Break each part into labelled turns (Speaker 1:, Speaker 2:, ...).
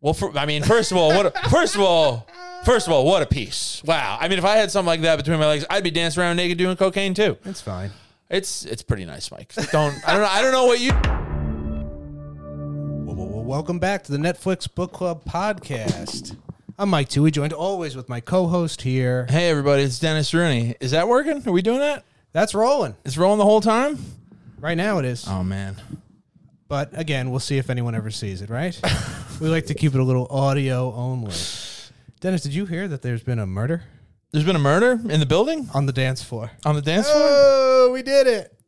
Speaker 1: Well, for, I mean, first of all, what? A, first of all, first of all, what a piece! Wow. I mean, if I had something like that between my legs, I'd be dancing around naked doing cocaine too.
Speaker 2: It's fine.
Speaker 1: It's it's pretty nice, Mike. Don't I don't know I don't know what you.
Speaker 2: Well, well, well, welcome back to the Netflix Book Club podcast. I'm Mike Tui, joined always with my co-host here.
Speaker 1: Hey everybody, it's Dennis Rooney. Is that working? Are we doing that?
Speaker 2: That's rolling
Speaker 1: It's rolling the whole time.
Speaker 2: right now. It is,
Speaker 1: Oh man.
Speaker 2: but again, we'll see if anyone ever sees it. Right? we like to keep it a little audio only. Dennis, did you hear that there's been a murder
Speaker 1: There's been a murder in the building
Speaker 2: on the dance floor?
Speaker 1: on the dance floor.
Speaker 2: Oh, we did it!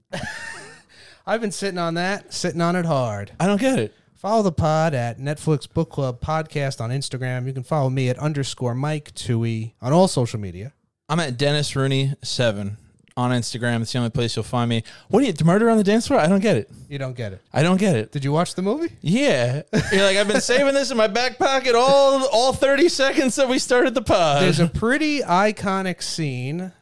Speaker 2: I've been sitting on that, sitting on it hard.
Speaker 1: I don't get it.
Speaker 2: Follow the pod at Netflix Book Club Podcast on Instagram. You can follow me at underscore Mike Tui on all social media.
Speaker 1: I'm at Dennis Rooney seven on Instagram. It's the only place you'll find me. What do you murder on the dance floor? I don't get it.
Speaker 2: You don't get it.
Speaker 1: I don't get it.
Speaker 2: Did you watch the movie?
Speaker 1: Yeah, you're like I've been saving this in my back pocket all all 30 seconds that we started the pod.
Speaker 2: There's a pretty iconic scene,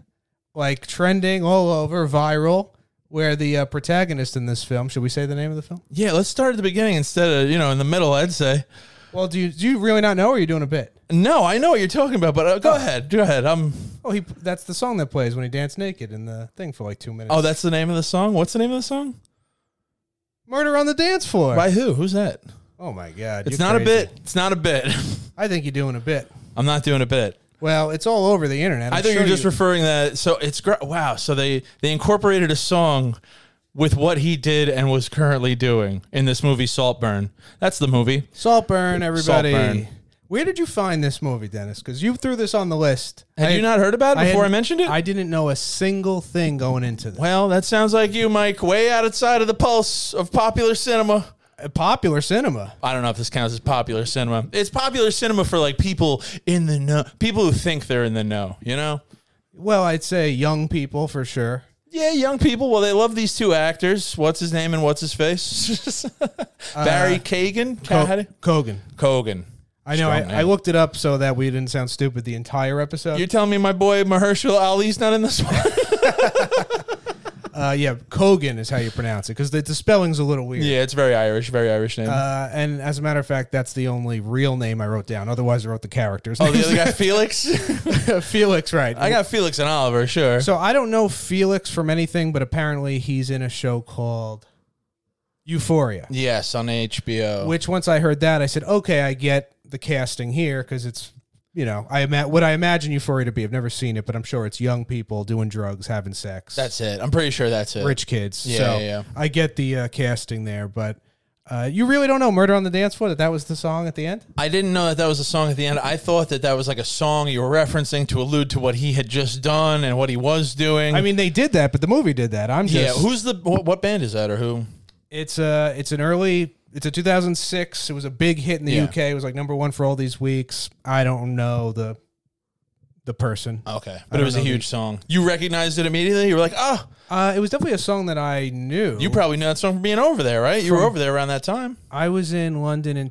Speaker 2: like trending all over, viral, where the uh, protagonist in this film, should we say the name of the film?
Speaker 1: yeah, let's start at the beginning instead of you know in the middle. I'd say
Speaker 2: Well, do you, do you really not know or are you doing a bit?
Speaker 1: no. I know what you're talking about, but uh, go ahead, go ahead. I'm.
Speaker 2: Oh, he that's the song that plays when he danced naked in the thing for like two minutes.
Speaker 1: Oh, that's the name of the song. What's the name of the song?
Speaker 2: Murder on the Dance Floor.
Speaker 1: By who? Who's that?
Speaker 2: Oh, my God.
Speaker 1: It's
Speaker 2: you're
Speaker 1: not a
Speaker 2: crazy.
Speaker 1: bit. It's not a bit.
Speaker 2: I think you're doing a bit.
Speaker 1: I'm not doing a bit.
Speaker 2: Well, it's all over the internet. I'm
Speaker 1: I think
Speaker 2: sure
Speaker 1: you're just
Speaker 2: you-
Speaker 1: referring that. So it's gr- wow. So they they incorporated a song with what he did and was currently doing in this movie Saltburn. That's the movie.
Speaker 2: Saltburn, everybody.
Speaker 1: Saltburn.
Speaker 2: Where did you find this movie, Dennis? Because you threw this on the list.
Speaker 1: Had you not heard about it before I,
Speaker 2: hadn't-
Speaker 1: mentioned it?
Speaker 2: I didn't know a single thing going into this.
Speaker 1: Well, that sounds like you, Mike. Way outside of the pulse of popular cinema.
Speaker 2: Uh, Popular cinema.
Speaker 1: I don't know if this counts as popular cinema. It's popular cinema for like people in the know, people who think they're in the know. You know?
Speaker 2: Well, I'd say young people for sure.
Speaker 1: Yeah, young people. Well, they love these two actors. What's his name and what's his face? Barry Kagan.
Speaker 2: Co-
Speaker 1: Ka-
Speaker 2: Kogan.
Speaker 1: Kogan.
Speaker 2: I know.
Speaker 1: Uh, Strong
Speaker 2: I, I
Speaker 1: name.
Speaker 2: looked it up so that we didn't sound stupid the entire episode.
Speaker 1: You're telling me my boy Mahershala Ali's not in this one?
Speaker 2: uh, yeah, Kogan is how you pronounce it because the, the spelling's a little weird.
Speaker 1: yeah, it's very Irish. Very Irish name.
Speaker 2: Uh, and as a matter of fact, that's the only real name I wrote down. Otherwise, I wrote the characters.
Speaker 1: oh, the other guy, Felix.
Speaker 2: Felix, right?
Speaker 1: I got Felix and Oliver. Sure.
Speaker 2: So I don't know Felix from anything, but apparently he's in a show called Euphoria.
Speaker 1: yes, on HBO.
Speaker 2: Which once I heard that, I said, okay, I get the casting here because it's you know I ima- what I imagine Euphoria to be. I've never seen it, but I'm sure it's young people doing drugs, having sex,
Speaker 1: that's it. I'm pretty sure that's it.
Speaker 2: rich kids.
Speaker 1: Yeah,
Speaker 2: so
Speaker 1: yeah, yeah.
Speaker 2: I get the uh, casting there, but. Uh, you really don't know "Murder on the Dance Floor" that that was the song at the end.
Speaker 1: I didn't know that that was a song at the end. I thought that that was like a song you were referencing to allude to what he had just done and what he was doing.
Speaker 2: I mean, they did that, but the movie did that. I'm
Speaker 1: yeah.
Speaker 2: just
Speaker 1: Who's the what, what band is that or who?
Speaker 2: It's a it's an early it's a 2006. It was a big hit in the
Speaker 1: Yeah.
Speaker 2: UK. It was like number one for all these weeks. I don't know the the person.
Speaker 1: Okay,
Speaker 2: I
Speaker 1: but it
Speaker 2: don't
Speaker 1: was a
Speaker 2: know
Speaker 1: huge song. You recognized it immediately. You were like, oh,
Speaker 2: Uh, it was definitely a song that I knew.
Speaker 1: you probably knew that song from being over there, right? You were over there around that time.
Speaker 2: I was in London in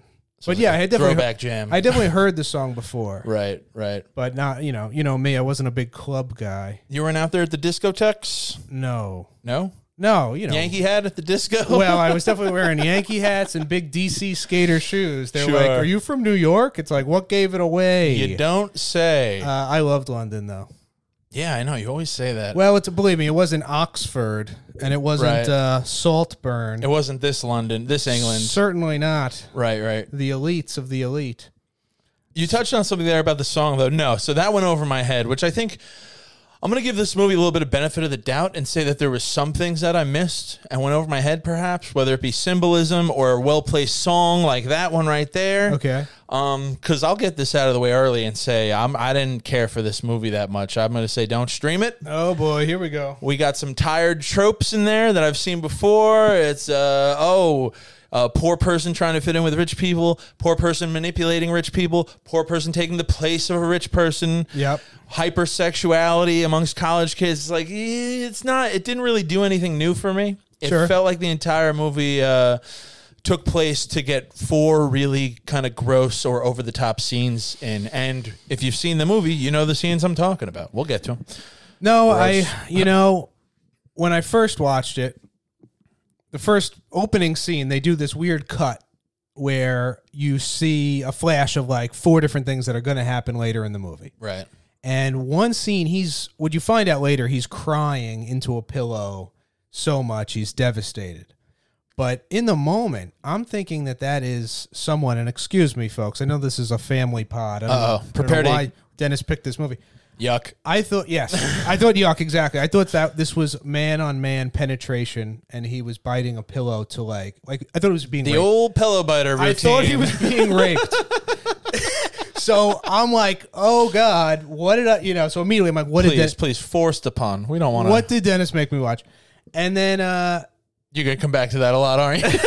Speaker 1: So it
Speaker 2: but
Speaker 1: was
Speaker 2: yeah,
Speaker 1: a
Speaker 2: I had definitely
Speaker 1: throwback jam.
Speaker 2: I definitely heard the song before,
Speaker 1: right, right.
Speaker 2: but not you know you know me. I wasn't a big club guy.
Speaker 1: You weren't out there at the discotheques.
Speaker 2: No,
Speaker 1: No
Speaker 2: no, you know.
Speaker 1: Yankee hat at the disco.
Speaker 2: Well, I was definitely wearing Yankee hats and big DC skater shoes. They're like,
Speaker 1: Sure.
Speaker 2: "Are you from New York?" It's like, "What gave it away?"
Speaker 1: you don't say.
Speaker 2: Uh, I loved London though.
Speaker 1: yeah, I know. You always say that.
Speaker 2: Well, it's believe me, it wasn't Oxford and it wasn't
Speaker 1: Right.
Speaker 2: uh, Saltburn.
Speaker 1: it wasn't this London, this England.
Speaker 2: Certainly not
Speaker 1: Right, right.
Speaker 2: the elites of the elite.
Speaker 1: You touched on something there about the song, though. No, so that went over my head, which I think I'm going to give this movie a little bit of benefit of the doubt and say that there was some things that I missed and went over my head, perhaps, whether it be symbolism or a well placed song like that one right there.
Speaker 2: Okay.
Speaker 1: Um, because I'll get this out of the way early and say I'm I didn't care for this movie that much. I'm going to say don't stream it.
Speaker 2: Oh boy, here we go.
Speaker 1: We got some tired tropes in there that I've seen before. It's uh oh, a poor person trying to fit in with rich people, poor person manipulating rich people, poor person taking the place of a rich person.
Speaker 2: Yep.
Speaker 1: Hypersexuality amongst college kids. It's like eh, it's not. It didn't really do anything new for me. It
Speaker 2: Sure.
Speaker 1: felt like the entire movie. Uh, Took place to get four really kind of gross or over the top scenes in. And if you've seen the movie, you know the scenes I'm talking about. We'll get to them.
Speaker 2: No,
Speaker 1: Gross.
Speaker 2: I you know when I first watched it, the first opening scene they do this weird cut where you see a flash of like four different things that are going to happen later in the movie.
Speaker 1: Right.
Speaker 2: And one scene, he's what you find out later, he's crying into a pillow so much he's devastated. But in the moment, I'm thinking that that is someone. And excuse me, folks, I know this is a family pod. I don't know-
Speaker 1: Uh-oh.
Speaker 2: I don't know
Speaker 1: Prepare to-
Speaker 2: why Dennis picked this movie.
Speaker 1: Yuck.
Speaker 2: I thought yes, I thought yuck exactly. I thought that this was man on man penetration, and he was biting a pillow to like like I thought it was being
Speaker 1: The
Speaker 2: raped.
Speaker 1: old pillow biter routine.
Speaker 2: I thought he was being raped. so I'm like, oh god, what did I? You know, so immediately I'm like, what did
Speaker 1: please,
Speaker 2: Dennis,
Speaker 1: please forced upon. We don't want to.
Speaker 2: what did Dennis make me watch? And then, uh,
Speaker 1: You're gonna come back to that a lot, aren't you?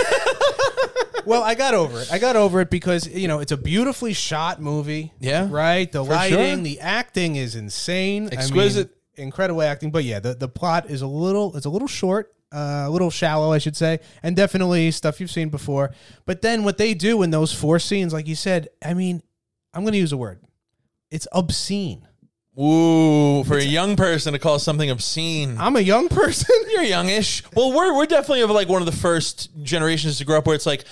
Speaker 2: well, I got over it. I got over it because you know it's a beautifully shot movie.
Speaker 1: Yeah.
Speaker 2: right. The
Speaker 1: sure.
Speaker 2: lighting, the acting is insane, I mean,
Speaker 1: Exquisite.
Speaker 2: incredible acting. But yeah, the the plot is a little it's a little short. Uh, a little shallow, I should say, and definitely stuff you've seen before. But then what they do in those four scenes, like you said, I mean, I'm going to use a word. It's obscene.
Speaker 1: Ooh, for a young person to call something obscene.
Speaker 2: I'm a young person.
Speaker 1: You're youngish. Well, we're we're definitely of like one of the first generations to grow up where it's like.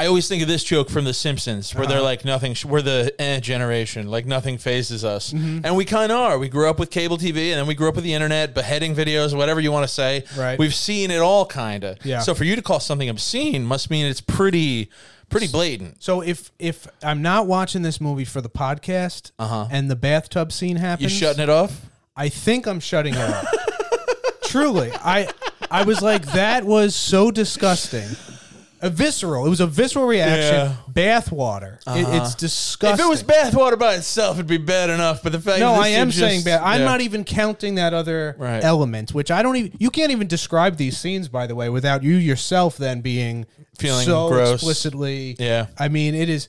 Speaker 1: I always think of this joke from The Simpsons, where
Speaker 2: Uh-huh.
Speaker 1: they're like nothing. sh- We're the eh generation, like nothing phases us,
Speaker 2: Mm-hmm.
Speaker 1: and we kind of are. We grew up with cable TV, and then we grew up with the internet, beheading videos, whatever you want to say.
Speaker 2: Right.
Speaker 1: We've seen it all, kind of.
Speaker 2: Yeah.
Speaker 1: So for you to call something obscene must mean it's pretty, pretty blatant.
Speaker 2: so if if I'm not watching this movie for the podcast and the bathtub scene
Speaker 1: Uh-huh. You
Speaker 2: happens,
Speaker 1: shutting it off?
Speaker 2: I think I'm shutting it off. Truly, I I was like that was so disgusting. A visceral. It was a visceral reaction.
Speaker 1: Yeah. Uh-huh.
Speaker 2: Bath water. It- it's
Speaker 1: If
Speaker 2: disgusting.
Speaker 1: it was bathwater by itself, it'd be bad enough. But the fact
Speaker 2: no,
Speaker 1: that this
Speaker 2: I am
Speaker 1: is
Speaker 2: saying
Speaker 1: just-
Speaker 2: bath. I'm
Speaker 1: yeah.
Speaker 2: not e- even counting that other
Speaker 1: Right.
Speaker 2: element, which I don't even. You can't even describe these scenes, by the way, without you yourself then being
Speaker 1: Feeling
Speaker 2: so
Speaker 1: gross.
Speaker 2: explicitly.
Speaker 1: Yeah.
Speaker 2: I mean, it is.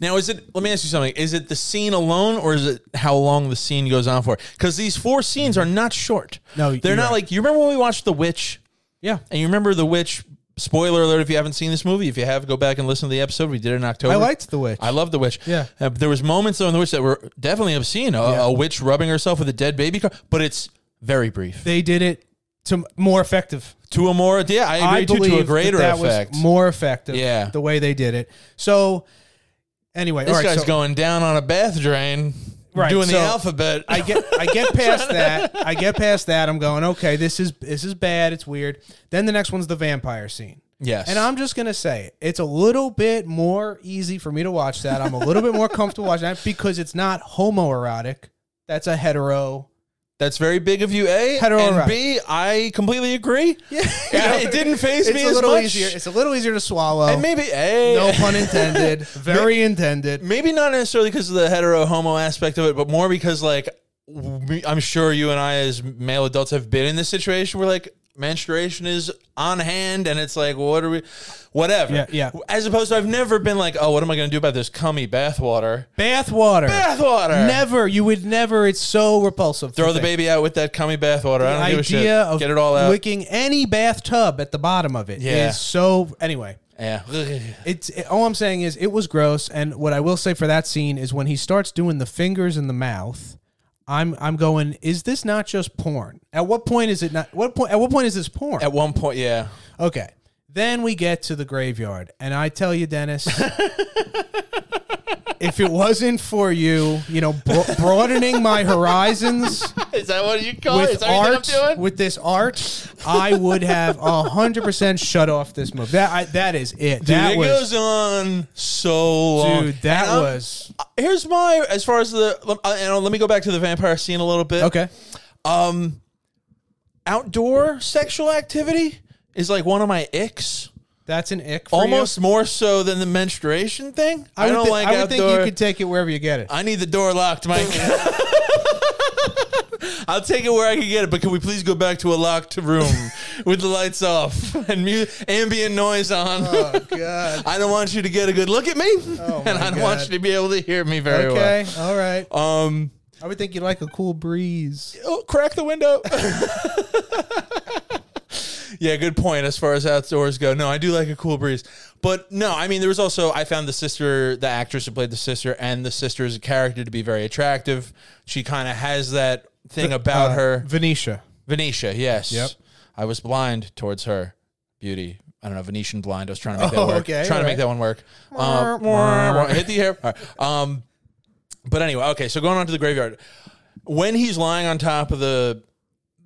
Speaker 1: Now, is it? Let me ask you something. Is it the scene alone, or is it how long the scene goes on for? Because these four scenes are not short.
Speaker 2: No,
Speaker 1: they're
Speaker 2: you're
Speaker 1: not
Speaker 2: right.
Speaker 1: like you remember when we watched The Witch,
Speaker 2: Yeah.
Speaker 1: and you remember The Witch. Spoiler alert! If you haven't seen this movie, if you have, go back and listen to the episode we did in October.
Speaker 2: I liked The Witch.
Speaker 1: I love the witch.
Speaker 2: Yeah.
Speaker 1: Uh, there was moments though in the witch that were definitely obscene. A, a witch rubbing herself with a dead baby, car, but it's very brief.
Speaker 2: they did it to more effective.
Speaker 1: To a more, yeah, I agree.
Speaker 2: I
Speaker 1: too,
Speaker 2: believe
Speaker 1: to a greater
Speaker 2: that, that
Speaker 1: effect.
Speaker 2: was more effective.
Speaker 1: Yeah.
Speaker 2: the way they did it. So anyway,
Speaker 1: This
Speaker 2: all right,
Speaker 1: guy's
Speaker 2: so
Speaker 1: going down on a bath drain,
Speaker 2: Right,
Speaker 1: doing the
Speaker 2: so
Speaker 1: alphabet.
Speaker 2: I get I get past that. I get past that. I'm going okay. This is this is bad. It's weird. Then the next one's the vampire scene.
Speaker 1: yes,
Speaker 2: And I'm just gonna say it's a little bit more easy for me to watch that. I'm a little bit more comfortable watching that because it's not homoerotic. That's a hetero.
Speaker 1: That's very big of you, A.
Speaker 2: Hetero
Speaker 1: and
Speaker 2: right.
Speaker 1: B, I completely agree. Yeah. it didn't phase
Speaker 2: It's
Speaker 1: me
Speaker 2: a
Speaker 1: as
Speaker 2: little
Speaker 1: much.
Speaker 2: easier. It's a little easier to swallow.
Speaker 1: and maybe A.
Speaker 2: no pun intended. Very intended.
Speaker 1: maybe not necessarily because of the hetero homo aspect of it, but more because like we- I'm sure you and I as male adults have been in this situation where like menstruation is on hand and it's like what are we whatever.
Speaker 2: Yeah, yeah.
Speaker 1: As opposed to I've never been like, oh, what am I gonna do about this cummy bathwater?
Speaker 2: Bathwater.
Speaker 1: Bathwater.
Speaker 2: Never. You would never. It's so repulsive.
Speaker 1: Throw
Speaker 2: to
Speaker 1: the
Speaker 2: think.
Speaker 1: baby out with that cummy bathwater. I don't give a shit.
Speaker 2: idea of
Speaker 1: Get it all out.
Speaker 2: licking any bathtub at the bottom of it is
Speaker 1: Yeah.
Speaker 2: so. Anyway,
Speaker 1: yeah.
Speaker 2: it's it- all I'm saying is it was gross. And what I will say for that scene is when he starts doing the fingers in the mouth, I'm I'm going. Is this not just porn? At what point is it not? What point? At what point is this porn?
Speaker 1: At one point, yeah.
Speaker 2: okay. Then we get to the graveyard, and I tell you, Dennis. If it wasn't for you, you know, bro- broadening my horizons,
Speaker 1: Is that what you call
Speaker 2: with art, with this art, I would have hundred percent shut off this movie. That I, that is it. that
Speaker 1: it
Speaker 2: was,
Speaker 1: goes on so long,
Speaker 2: dude. That
Speaker 1: And I'm-
Speaker 2: was
Speaker 1: Here's my as far as the. lem- uh, and let me go back to the vampire scene a little bit. Um,
Speaker 2: okay.
Speaker 1: Outdoor sexual activity is like one of my icks,
Speaker 2: That's an ick. For
Speaker 1: almost
Speaker 2: You.
Speaker 1: more so than the menstruation thing. I,
Speaker 2: would
Speaker 1: don't
Speaker 2: thi-
Speaker 1: like
Speaker 2: I would
Speaker 1: outdoor.
Speaker 2: think you could take it wherever you get it.
Speaker 1: I need the door locked, Mike. I'll take it where I can get it, but can we please go back to a locked room with the lights off and mu- ambient noise on?
Speaker 2: oh God.
Speaker 1: I don't want you to get a good look at me,
Speaker 2: my
Speaker 1: and I don't want
Speaker 2: God.
Speaker 1: you to be able to hear me very
Speaker 2: Okay. All right.
Speaker 1: well. Um,
Speaker 2: I would think you'd like a cool breeze.
Speaker 1: oh, crack the window. yeah, good point as far as outdoors go. No, I do like a cool breeze, but no, I mean there was also I found the sister, the actress who played the sister, and the sister as a character to be very attractive. She kind of has that thing about
Speaker 2: Uh,
Speaker 1: her,
Speaker 2: Venetia.
Speaker 1: Venetia. Yes,
Speaker 2: Yep.
Speaker 1: I was blind towards her beauty. I don't know Venetian blind. I was trying to make
Speaker 2: Oh,
Speaker 1: that work.
Speaker 2: okay,
Speaker 1: trying to
Speaker 2: alright.
Speaker 1: make that one work. Um, hit the air. Alright, Um, but anyway, okay. So going on to the graveyard, when he's lying on top of the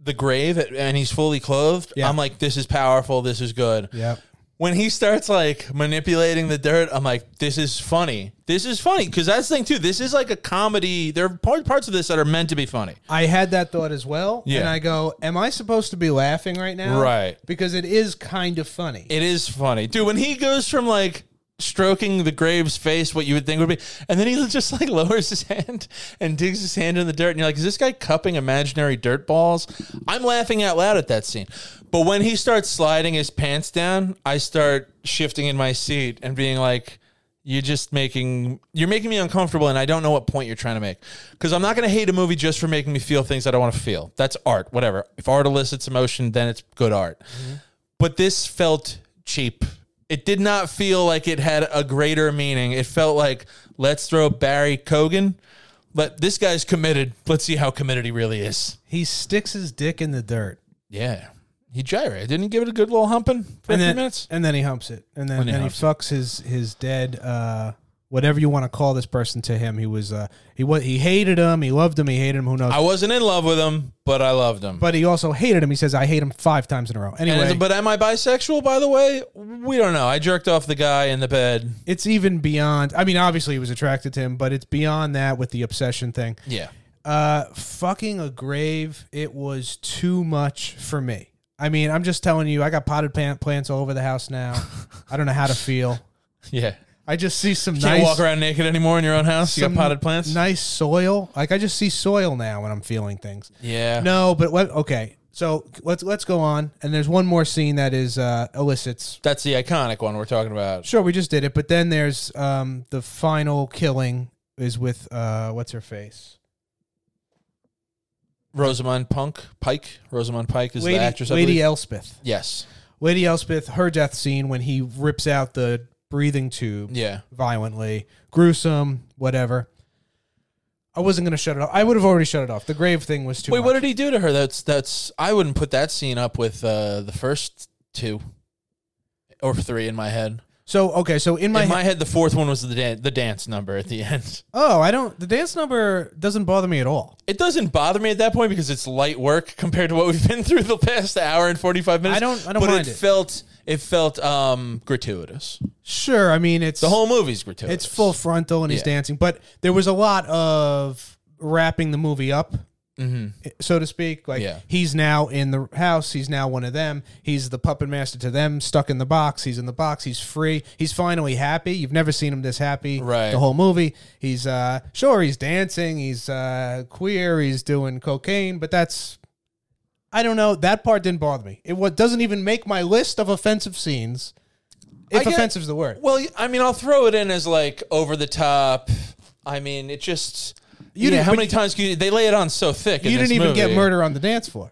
Speaker 1: the grave and he's fully clothed,
Speaker 2: Yeah.
Speaker 1: I'm like, this is powerful. This is good.
Speaker 2: Yep.
Speaker 1: When he starts like manipulating the dirt, I'm like, this is funny. This is funny because that's the thing too. This is like a comedy. There are part- parts of this that are meant to be funny.
Speaker 2: I had that thought as well.
Speaker 1: Yeah.
Speaker 2: And I go, am I supposed to be laughing right now?
Speaker 1: Right.
Speaker 2: Because it is kind of funny.
Speaker 1: It is funny, dude. When he goes from like stroking the grave's face, what you would think would be, and then he just like lowers his hand and digs his hand in the dirt, and you're like, is this guy cupping imaginary dirt balls? I'm laughing out loud at that scene. But when he starts sliding his pants down, I start shifting in my seat and being like. You're just making you're making me uncomfortable, and I don't know what point you're trying to make. Because I'm not going to hate a movie just for making me feel things that I want to feel. That's art, whatever. If art elicits emotion, then it's good art
Speaker 2: Mm-hmm.
Speaker 1: but this felt cheap. It did not feel like it had a greater meaning. It felt like let's throw Barry Cogan. Let this guy's committed. Let's see how committed he really is.
Speaker 2: he sticks his dick in the dirt.
Speaker 1: Yeah, he gyrated. Didn't he give it a good little humping for a
Speaker 2: And
Speaker 1: few
Speaker 2: then,
Speaker 1: minutes?
Speaker 2: and then he humps it. And then,
Speaker 1: And he
Speaker 2: then he
Speaker 1: humps
Speaker 2: fucks his his dead uh whatever you want to call this person to him. He was uh he was he hated him, he loved him, he hated him, who knows.
Speaker 1: I wasn't in love with him, but I loved him.
Speaker 2: but he also hated him. He says, I hate him five times in a row.
Speaker 1: And-
Speaker 2: Anyway,
Speaker 1: but am I bisexual? By the way, we don't know. I jerked off the guy in the bed.
Speaker 2: it's even beyond I mean, obviously he was attracted to him, but it's beyond that with the obsession thing.
Speaker 1: Yeah,
Speaker 2: Uh, fucking a grave. It was too much for me. I mean, I'm just telling you, I got potted plant plants all over the house now. I don't know how to feel.
Speaker 1: yeah.
Speaker 2: I just see some
Speaker 1: Can't
Speaker 2: nice,
Speaker 1: walk around naked anymore in your own house. You
Speaker 2: some
Speaker 1: got potted plants.
Speaker 2: nice soil. Like I just see soil now when I'm feeling things.
Speaker 1: yeah.
Speaker 2: No, but what? Okay, so let's let's go on. And there's one more scene that is uh, elicits.
Speaker 1: That's the iconic one we're talking about.
Speaker 2: Sure, we just did it, but then there's um the final killing is with uh what's her face.
Speaker 1: Rosamund Punk Pike. Rosamund Pike is
Speaker 2: Lady,
Speaker 1: the actress. I believe.
Speaker 2: Lady Elspeth.
Speaker 1: Yes.
Speaker 2: Lady Elspeth, her death scene when he rips out the breathing tube
Speaker 1: Yeah.
Speaker 2: violently, gruesome, whatever. I wasn't gonna shut it off. I would have already shut it off. The grave thing was too.
Speaker 1: Wait,
Speaker 2: much.
Speaker 1: what did he do to her? That's that's. I wouldn't put that scene up with uh, the first two or three in my head.
Speaker 2: so okay, so in my,
Speaker 1: in my head, the fourth one was the dan- the dance number at the end.
Speaker 2: oh, I don't. The dance number doesn't bother me at all.
Speaker 1: It doesn't bother me at that point because it's light work compared to what we've been through the past hour and forty five minutes.
Speaker 2: I don't- I don't
Speaker 1: but
Speaker 2: mind
Speaker 1: it,
Speaker 2: it.
Speaker 1: felt it felt um gratuitous.
Speaker 2: Sure, I mean it's
Speaker 1: The whole movie's gratuitous.
Speaker 2: it's full frontal and he's
Speaker 1: Yeah.
Speaker 2: dancing, but there was a lot of wrapping the movie up. So to speak, like
Speaker 1: Mm-hmm. Yeah.
Speaker 2: he's now in the house. He's now one of them. He's the puppet master to them, stuck in the box. He's in the box. He's free. He's finally happy. You've never seen him this happy.
Speaker 1: Right.
Speaker 2: The whole movie. He's uh sure he's dancing. He's uh queer. He's doing cocaine, but that's I don't know. That part didn't bother me. It what doesn't even make my list of offensive scenes.
Speaker 1: I
Speaker 2: If
Speaker 1: get-
Speaker 2: offensive's the word.
Speaker 1: Well, I mean, I'll throw it in as like over the top. I mean, it just. You know
Speaker 2: didn't-
Speaker 1: how
Speaker 2: but-
Speaker 1: many times can you, they lay it on so thick? in
Speaker 2: You
Speaker 1: this
Speaker 2: didn't even get
Speaker 1: movie.
Speaker 2: murder on the dance floor.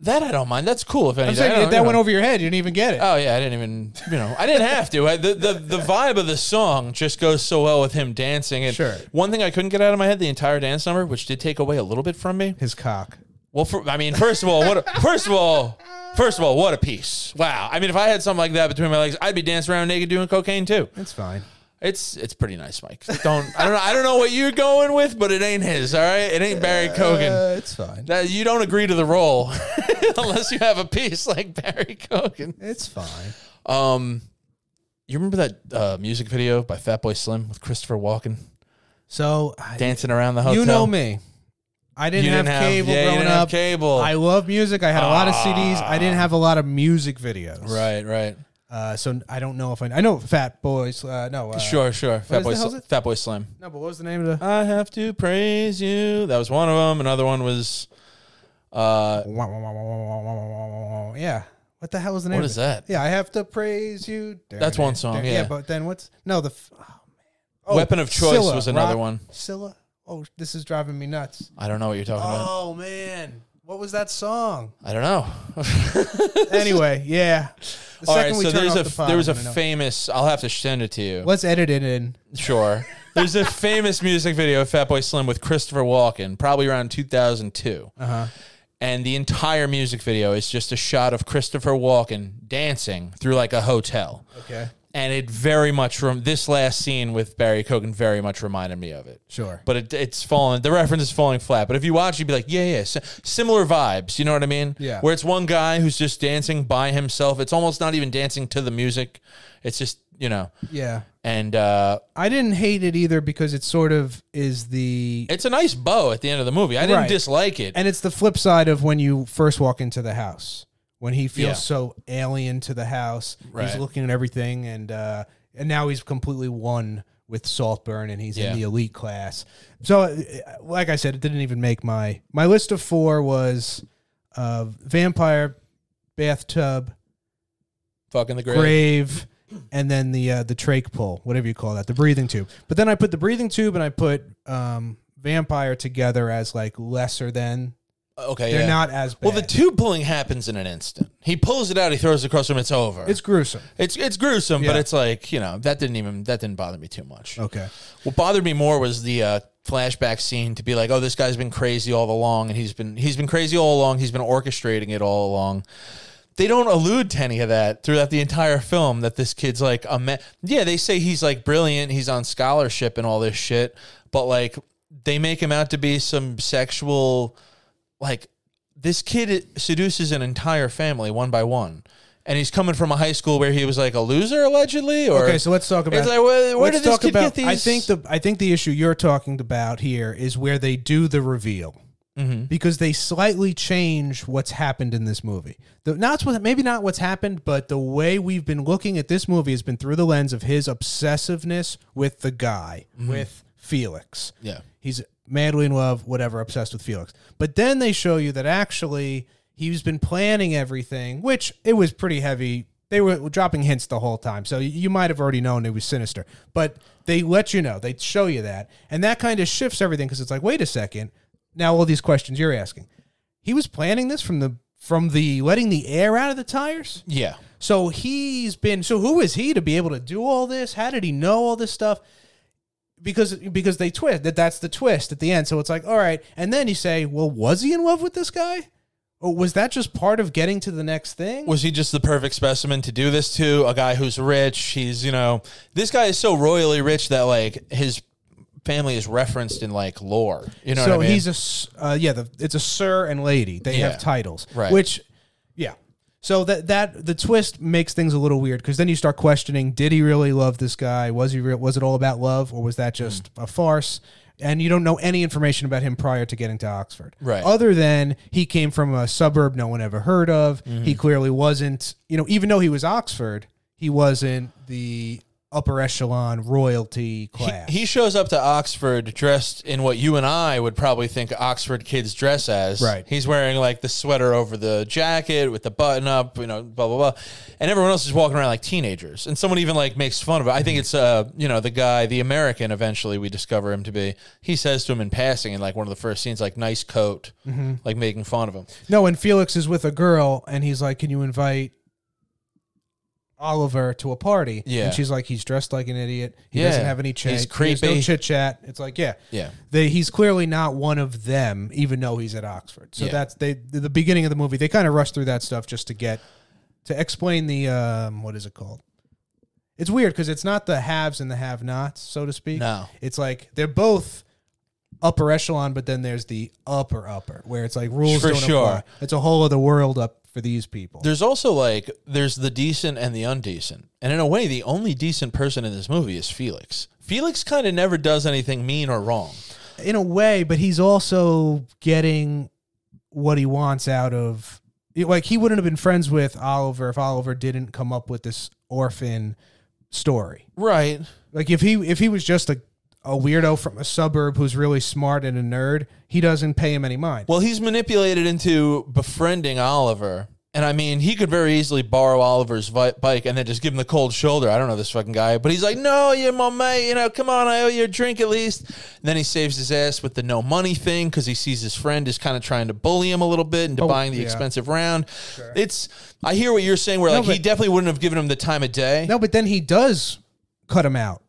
Speaker 1: That I don't mind. That's cool. If anything,
Speaker 2: I'm saying
Speaker 1: I don't-
Speaker 2: that, that
Speaker 1: you
Speaker 2: went
Speaker 1: know.
Speaker 2: over your head. You didn't even get it.
Speaker 1: Oh yeah, I didn't even. You know, I didn't have to. I, the, the the vibe of the song just goes so well with him dancing. And
Speaker 2: Sure.
Speaker 1: one thing I couldn't get out of my head the entire dance number, which did take away a little bit from me.
Speaker 2: His cock.
Speaker 1: Well, for, I mean, first of all, what? A, first of all, first of all, what a piece! Wow. I mean, if I had something like that between my legs, I'd be dancing around naked doing cocaine too.
Speaker 2: It's fine.
Speaker 1: It's it's pretty nice, Mike. Don't I don't know I don't know what you're going with, but it ain't his. All right, it ain't Barry Cogan.
Speaker 2: Uh, it's fine.
Speaker 1: That you don't agree to the role unless you have a piece like Barry Cogan.
Speaker 2: It's fine.
Speaker 1: Um, you remember that uh, music video by Fatboy Slim with Christopher Walken
Speaker 2: So I-
Speaker 1: dancing around the hotel?
Speaker 2: you know me. I didn't,
Speaker 1: You didn't
Speaker 2: have
Speaker 1: have-
Speaker 2: cable
Speaker 1: yeah, you
Speaker 2: growing
Speaker 1: didn't have
Speaker 2: up.
Speaker 1: cable. Ah.
Speaker 2: I love music. I had a lot of CDs. I didn't have a lot of music videos.
Speaker 1: Right, right.
Speaker 2: Uh, so I don't know if I. I know Fat Boys. Uh, no. Uh,
Speaker 1: Sure, sure.
Speaker 2: what is
Speaker 1: Fatboy
Speaker 2: the hell's
Speaker 1: Sl-
Speaker 2: it?
Speaker 1: Fatboy Slim.
Speaker 2: No, but what was the name of the?
Speaker 1: I have to praise you. That was one of them. Another one was, uh,
Speaker 2: Yeah. What the hell was the name?
Speaker 1: what
Speaker 2: of
Speaker 1: is
Speaker 2: it?
Speaker 1: that?
Speaker 2: Yeah, I have to praise you.
Speaker 1: That's one song, yeah.
Speaker 2: but then what's no the f- oh, man. Oh,
Speaker 1: Weapon of Choice
Speaker 2: Scylla,
Speaker 1: was another
Speaker 2: Rob-
Speaker 1: one.
Speaker 2: Scylla. Oh, this is driving me nuts.
Speaker 1: I don't know what you're talking about.
Speaker 2: Oh man, what was that song?
Speaker 1: I don't know.
Speaker 2: anyway, yeah. The
Speaker 1: Oh. All right,
Speaker 2: we
Speaker 1: so
Speaker 2: turn
Speaker 1: there's
Speaker 2: off
Speaker 1: a
Speaker 2: the pod,
Speaker 1: there was a
Speaker 2: I'm gonna know.
Speaker 1: famous. I'll have to send it to you.
Speaker 2: Let's edit it in.
Speaker 1: Sure. There's a famous music video of Fatboy Slim with Christopher Walken, probably around 2002.
Speaker 2: Uh huh.
Speaker 1: and the entire music video is just a shot of Christopher Walken dancing through like a hotel.
Speaker 2: Okay.
Speaker 1: And it very much from this last scene with Barry Cogan very much reminded me of it.
Speaker 2: Sure.
Speaker 1: But it, it's falling. The reference is falling flat. But if you watch, you'd be like, yeah, yeah, si- similar vibes. You know what I mean?
Speaker 2: Yeah.
Speaker 1: Where it's one guy who's just dancing by himself. It's almost not even dancing to the music. It's just you know.
Speaker 2: Yeah.
Speaker 1: And uh,
Speaker 2: I didn't hate it either because it sort of is the
Speaker 1: it's a nice bow at the end of the movie. I didn't
Speaker 2: Right.
Speaker 1: dislike it.
Speaker 2: and it's the flip side of when you first walk into the house when he feels
Speaker 1: Yeah.
Speaker 2: so alien to the house.
Speaker 1: Right.
Speaker 2: He's looking at everything and uh, and now he's completely one with Saltburn and he's
Speaker 1: Yeah.
Speaker 2: in the elite class. So uh, like I said, it didn't even make my my list of four was uh, vampire, bathtub,
Speaker 1: Fucking the grave.
Speaker 2: grave, and then the uh, the trach pull, whatever you call that, the breathing tube. But then I put the breathing tube and I put um, vampire together as like lesser than.
Speaker 1: Okay.
Speaker 2: They're
Speaker 1: yeah.
Speaker 2: not as bad.
Speaker 1: Well, the tube pulling happens in an instant. He pulls it out. He throws it across him. It's over.
Speaker 2: it's gruesome.
Speaker 1: it's it's gruesome, but
Speaker 2: Yeah.
Speaker 1: it's like you know that didn't even that didn't bother me too much.
Speaker 2: Okay.
Speaker 1: What bothered me more was the uh, flashback scene to be like, oh, this guy's been crazy all along, and he's been he's been crazy all along. He's been orchestrating it all along. They don't allude to any of that throughout the entire film. That this kid's like a man. Yeah, they say he's like brilliant. He's on scholarship and all this shit, but like they make him out to be some sexual like this kid seduces an entire family one by one. And he's coming from a high school where he was like a loser allegedly, or
Speaker 2: Okay, so let's talk about.
Speaker 1: It's like, where, where
Speaker 2: let's
Speaker 1: did this
Speaker 2: talk
Speaker 1: kid
Speaker 2: about-
Speaker 1: get these?
Speaker 2: I think the I think the issue you're talking about here is where they do the reveal.
Speaker 1: Mm-hmm.
Speaker 2: Because they slightly change what's happened in this movie. The, not what, maybe not what's happened, but the way we've been looking at this movie has been through the lens of his obsessiveness with the guy,
Speaker 1: Mm-hmm.
Speaker 2: with Felix.
Speaker 1: Yeah.
Speaker 2: He's madly in love, whatever, obsessed with Felix. But then they show you that actually he's been planning everything, which it was pretty heavy. They were dropping hints the whole time. So you might have already known it was sinister. But they let you know, they show you that. And that kind of shifts everything because it's like, wait a second. Now all these questions you're asking. He was planning this from the from the letting the air out of the tires?
Speaker 1: yeah.
Speaker 2: So he's been. So who is he to be able to do all this? How did he know all this stuff? Because because they twist that that's the twist at the end. So it's like all right, and then you say, well, was he in love with this guy, or was that just part of getting to the next thing?
Speaker 1: was he just the perfect specimen to do this to a guy who's rich he's you know this guy is so royally rich that like his family is referenced in like lore you know
Speaker 2: so
Speaker 1: what I mean?
Speaker 2: he's a s- uh, yeah, the, it's a sir and lady. They
Speaker 1: Yeah.
Speaker 2: have titles,
Speaker 1: Right.
Speaker 2: Which yeah. So that that the twist makes things a little weird because then you start questioning: Did he really love this guy? Was he real? Was it all about love, or was that
Speaker 1: Hmm.
Speaker 2: just a farce? And you don't know any information about him prior to getting to Oxford,
Speaker 1: Right.
Speaker 2: Other than he came from a suburb no one ever heard of.
Speaker 1: Mm-hmm.
Speaker 2: He clearly wasn't, you know, even though he was Oxford, he wasn't the upper echelon royalty class.
Speaker 1: he shows up to Oxford dressed in what you and I would probably think Oxford kids dress as.
Speaker 2: Right.
Speaker 1: He's wearing like the sweater over the jacket with the button up, you know, blah blah blah, and everyone else is walking around like teenagers. And someone even like makes fun of it. I think it's uh, you know, the guy, the American. Eventually, we discover him to be. He says to him in passing, in like one of the first scenes, like "nice coat," like making fun of him.
Speaker 2: No, and Felix is with a girl, and he's like, "Can you invite Oliver to a party?"
Speaker 1: Yeah.
Speaker 2: and she's like, "He's dressed like an idiot. He
Speaker 1: Yeah.
Speaker 2: doesn't have any chat.
Speaker 1: He's
Speaker 2: There's
Speaker 1: creepy.
Speaker 2: no chit chat." It's like, yeah,
Speaker 1: Yeah.
Speaker 2: They, he's clearly not one of them, even though he's at Oxford. So
Speaker 1: Yeah.
Speaker 2: that's they the beginning of the movie. They kind of rush through that stuff just to get to explain the um, what is it called? It's weird because it's not the haves and the have-nots, so to speak.
Speaker 1: No.
Speaker 2: it's like they're both upper echelon, but then there's the upper upper where it's like rules
Speaker 1: For
Speaker 2: don't
Speaker 1: sure.
Speaker 2: apply. It's a whole other world up for these people.
Speaker 1: There's also like there's the decent and the undecent, and in a way, the only decent person in this movie is Felix. Felix kind of never does anything mean or wrong.
Speaker 2: In a way, but he's also getting what he wants out of like he wouldn't have been friends with Oliver if Oliver didn't come up with this orphan story.
Speaker 1: Right.
Speaker 2: Like if he if he was just a a weirdo from a suburb who's really smart and a nerd, he doesn't pay him any mind.
Speaker 1: Well, he's manipulated into befriending Oliver. And I mean, he could very easily borrow Oliver's vi- bike and then just give him the cold shoulder. I don't know this fucking guy, but he's like, "No, you're my mate. You know, come on, I owe you a drink at least." And then he saves his ass with the no money thing because he sees his friend is kind of trying to bully him a little bit into buying the
Speaker 2: Oh, yeah.
Speaker 1: expensive round. It's I hear what you're saying, where like he
Speaker 2: but-
Speaker 1: definitely wouldn't have given him the time of day.
Speaker 2: No, but then he does cut him out.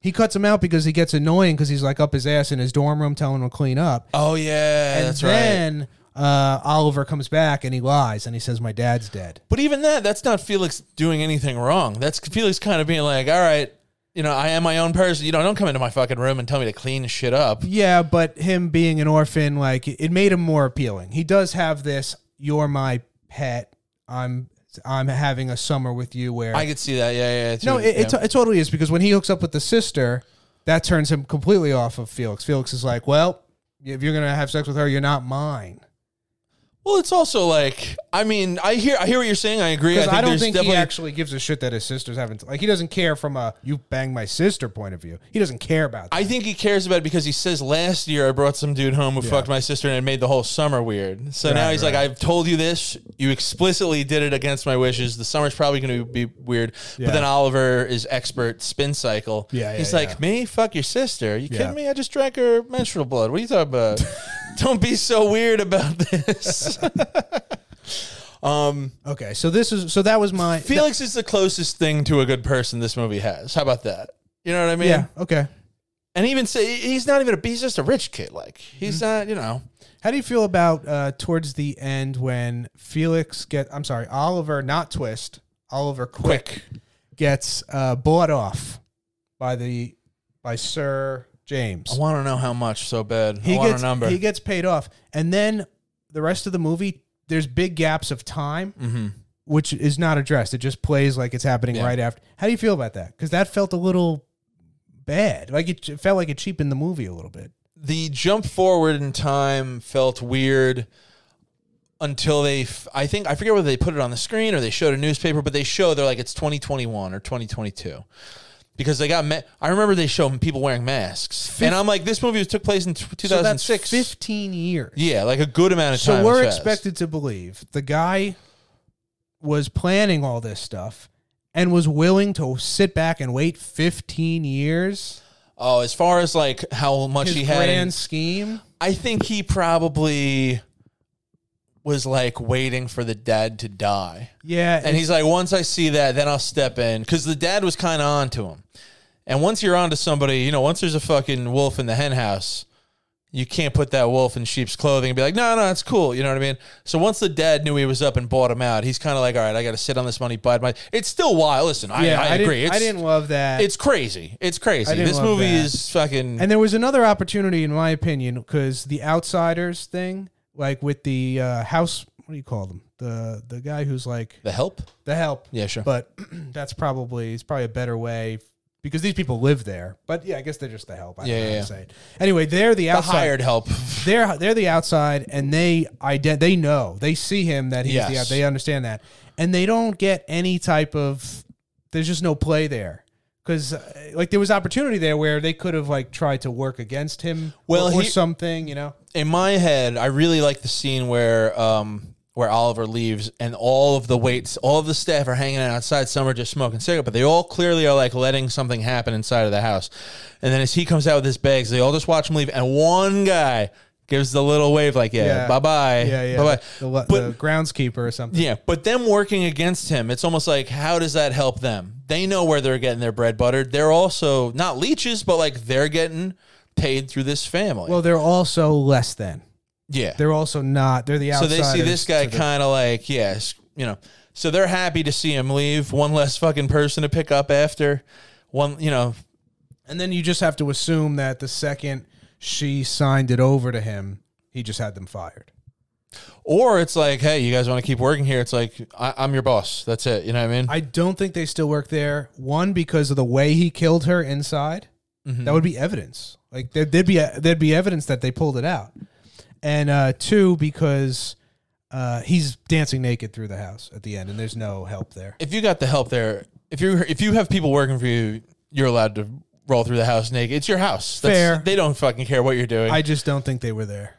Speaker 2: He cuts him out because he gets annoying because he's like up his ass in his dorm room telling him to clean up.
Speaker 1: Oh yeah,
Speaker 2: and
Speaker 1: that's right.
Speaker 2: then uh, Oliver comes back and he lies and he says, My dad's dead.
Speaker 1: But even that, that's not Felix doing anything wrong. That's Felix kind of being like, all right, you know, I am my own person. You know, don't come into my fucking room and tell me to clean shit up.
Speaker 2: Yeah, but him being an orphan, like it made him more appealing. He does have this, you're my pet. I'm I'm having a summer with you where
Speaker 1: I could see that. Yeah, yeah. yeah, too.
Speaker 2: No, it, it,
Speaker 1: Yeah.
Speaker 2: to- it totally is because when he hooks up with the sister, that turns him completely off of Felix. Felix is like, Well, if you're gonna have sex with her, you're not mine.
Speaker 1: well, it's also like, I mean, I hear, I hear what you're saying. I agree.
Speaker 2: Because I, don't
Speaker 1: there's
Speaker 2: think he
Speaker 1: definitely-
Speaker 2: actually gives a shit that his sister's having like he doesn't care from a you bang my sister point of view. He doesn't care about that.
Speaker 1: I think he cares about it because he says last year I brought some dude home who fucked my sister and it made the whole summer weird. So now
Speaker 2: Right,
Speaker 1: he's like,
Speaker 2: right.
Speaker 1: I've told you this. You explicitly did it against my wishes. The summer's probably going to be weird.
Speaker 2: Yeah.
Speaker 1: But then Oliver is expert spin cycle.
Speaker 2: Yeah, yeah,
Speaker 1: he's
Speaker 2: yeah.
Speaker 1: like, me? Fuck your sister. you
Speaker 2: Yeah.
Speaker 1: kidding me? I just drank her menstrual blood. What are you talking about? Don't be so weird about this. um,
Speaker 2: okay, so this is so that was my
Speaker 1: Felix is the closest thing to a good person this movie has. How about that? You know what I mean?
Speaker 2: Yeah, okay.
Speaker 1: and even say he's not even a he's just a rich kid like he's not you know
Speaker 2: How do you feel about uh, towards the end when Felix get? I'm sorry, Oliver, not Twist. Oliver Quick,
Speaker 1: quick
Speaker 2: gets uh, bought off by the by Sir
Speaker 1: i
Speaker 2: James.
Speaker 1: want to know how much so bad
Speaker 2: He
Speaker 1: i want
Speaker 2: gets
Speaker 1: a number
Speaker 2: he gets paid off, and then the rest of the movie, there's big gaps of time,
Speaker 1: Mhm.
Speaker 2: which is not addressed. It just plays like it's happening
Speaker 1: Yeah.
Speaker 2: right after. How do you feel about that? Because that felt a little bad. Like it, it felt like it cheapened the movie a little bit.
Speaker 1: the jump forward in time felt weird until they f- i think i forget whether they put it on the screen or they showed a newspaper but they show they're like it's 2021 or 2022 because they got ma- i remember they show people wearing masks and i'm like this movie took place in t-
Speaker 2: So that's
Speaker 1: 2006
Speaker 2: fifteen years.
Speaker 1: yeah like a good amount of time
Speaker 2: So we're
Speaker 1: has passed.
Speaker 2: expected to believe the guy was planning all this stuff and was willing to sit back and wait 15 years.
Speaker 1: oh as far as like how much
Speaker 2: His
Speaker 1: he had
Speaker 2: grand
Speaker 1: in-
Speaker 2: scheme.
Speaker 1: I think he probably was like waiting for the dad to die.
Speaker 2: Yeah,
Speaker 1: And he's like, once I see that, then I'll step in. Because the dad was kind of on to him. And once you're on to somebody, you know, once there's a fucking wolf in the hen house, you can't put that wolf in sheep's clothing and be like, no, no, it's cool. You know what I mean? So once the dad knew he was up and bought him out, he's kind of like, all right, I got to sit on this money, bite my. It's still wild. Listen,
Speaker 2: yeah,
Speaker 1: I, I, agree.
Speaker 2: Didn't,
Speaker 1: it's,
Speaker 2: I didn't love that.
Speaker 1: It's crazy. It's crazy.
Speaker 2: didn't
Speaker 1: This
Speaker 2: love
Speaker 1: movie
Speaker 2: that.
Speaker 1: is fucking.
Speaker 2: and there was another opportunity, in my opinion, because the outsiders thing, like with the uh, house, what do you call them? The the guy who's like
Speaker 1: the help?
Speaker 2: the help.
Speaker 1: Yeah, sure.
Speaker 2: But that's probably it's probably a better way because these people live there. But yeah, I guess they're just the help. I
Speaker 1: Yeah,
Speaker 2: don't know
Speaker 1: yeah,
Speaker 2: how
Speaker 1: yeah.
Speaker 2: to say it. Anyway, they're the,
Speaker 1: the
Speaker 2: outside.
Speaker 1: hired help.
Speaker 2: They're they're the outside, and they ident- They know they see him that he's the
Speaker 1: Yes.
Speaker 2: out. They understand that, and they don't get any type of. There's just no play there. Because uh, like there was opportunity there where they could have like tried to work against him,
Speaker 1: Well,
Speaker 2: or, or
Speaker 1: he-
Speaker 2: something, you know.
Speaker 1: in my head, I really like the scene where um where Oliver leaves and all of the waits, all of the staff are hanging out outside. Some are just smoking cigarette, but they all clearly are like letting something happen inside of the house. And then as he comes out with his bags, they all just watch him leave, and one guy gives the little wave like, "Yeah,
Speaker 2: Yeah.
Speaker 1: bye bye,
Speaker 2: Yeah, yeah.
Speaker 1: bye bye."
Speaker 2: The, the,
Speaker 1: But-
Speaker 2: the groundskeeper or something.
Speaker 1: Yeah, but them working against him, it's almost like how does that help them? They know where they're getting their bread buttered. They're also not leeches, but like they're getting paid through this family.
Speaker 2: Well, they're also less than.
Speaker 1: yeah,
Speaker 2: They're also not. They're the
Speaker 1: so
Speaker 2: outsiders.
Speaker 1: they see this guy
Speaker 2: to the-
Speaker 1: kind of like yes you know so they're happy to see him leave one less fucking person to pick up after one you know
Speaker 2: And then you just have to assume that the second she signed it over to him, he just had them fired.
Speaker 1: or it's like hey you guys want to keep working here it's like I, i'm your boss that's it you know what i mean
Speaker 2: I don't think they still work there. One because of the way he killed her inside. That would be evidence. Like there, there'd be uh, there'd be evidence that they pulled it out. And uh, two because uh, he's dancing naked through the house at the end, and there's no help there.
Speaker 1: if you got the help there if you if you have people working for you you're allowed to roll through the house naked it's your house
Speaker 2: Fair.
Speaker 1: they don't fucking care what you're doing
Speaker 2: I
Speaker 1: I,
Speaker 2: just don't think they were there.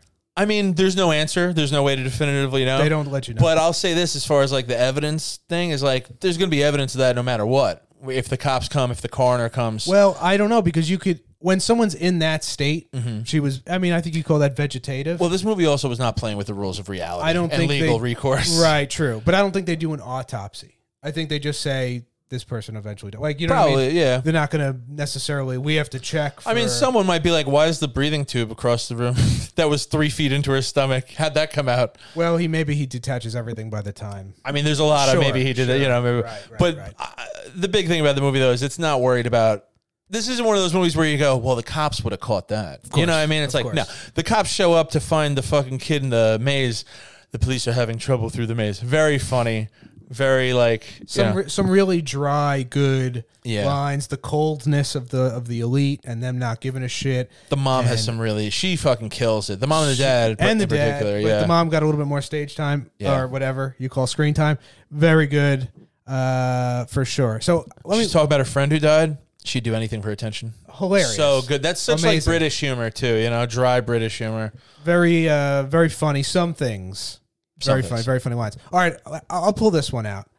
Speaker 1: mean there's no answer there's no way to definitively know
Speaker 2: They don't let you know.
Speaker 1: But I'll say this as far as like the evidence thing is like there's going to be evidence of that no matter what. If the cops come, if the coroner comes,
Speaker 2: well, I don't know because you could when someone's in that state, she was. I mean, I think you call that vegetative.
Speaker 1: Well, this movie also was not playing with the rules of reality.
Speaker 2: I don't
Speaker 1: and
Speaker 2: think
Speaker 1: legal
Speaker 2: they-
Speaker 1: recourse.
Speaker 2: Right, true. But I don't think they do an autopsy. I think they just say this person eventually died. Like you know, what I mean?
Speaker 1: Probably, yeah.
Speaker 2: they're not going to necessarily. We have to check. For,
Speaker 1: I mean, someone might be like, "Why is the breathing tube across the room that was three feet into her stomach? How'd that come out?"
Speaker 2: Well, he maybe he detaches everything by the time.
Speaker 1: I mean, there's a lot
Speaker 2: Sure,
Speaker 1: of maybe he did it, you
Speaker 2: sure.
Speaker 1: know. Maybe,
Speaker 2: Right, right,
Speaker 1: but
Speaker 2: right.
Speaker 1: uh, the big thing about the movie though is it's not worried about. This isn't one of those movies where you go, "Well, the cops would have caught that." you know what I mean? It's
Speaker 2: of
Speaker 1: like no, the cops show up to find the fucking kid in the maze. The police are having trouble through the maze. Very funny. Very like
Speaker 2: Some
Speaker 1: yeah.
Speaker 2: re- some really dry, good
Speaker 1: Yeah.
Speaker 2: lines. The coldness of the of the elite and them not giving a shit.
Speaker 1: the mom has some really. She fucking kills it. The mom and the dad
Speaker 2: and the
Speaker 1: in
Speaker 2: dad,
Speaker 1: particular,
Speaker 2: but
Speaker 1: yeah.
Speaker 2: the mom got a little bit more stage time
Speaker 1: Yeah.
Speaker 2: or whatever you call screen time. Very good, uh, for sure. So let me
Speaker 1: She's talking about her friend who died. She'd do anything for attention.
Speaker 2: hilarious.
Speaker 1: So good. That's such like
Speaker 2: Amazing.
Speaker 1: British humor too. You know, dry British humor.
Speaker 2: very uh very funny some things
Speaker 1: Some
Speaker 2: very
Speaker 1: things.
Speaker 2: funny very funny lines all right I- i'll pull this one out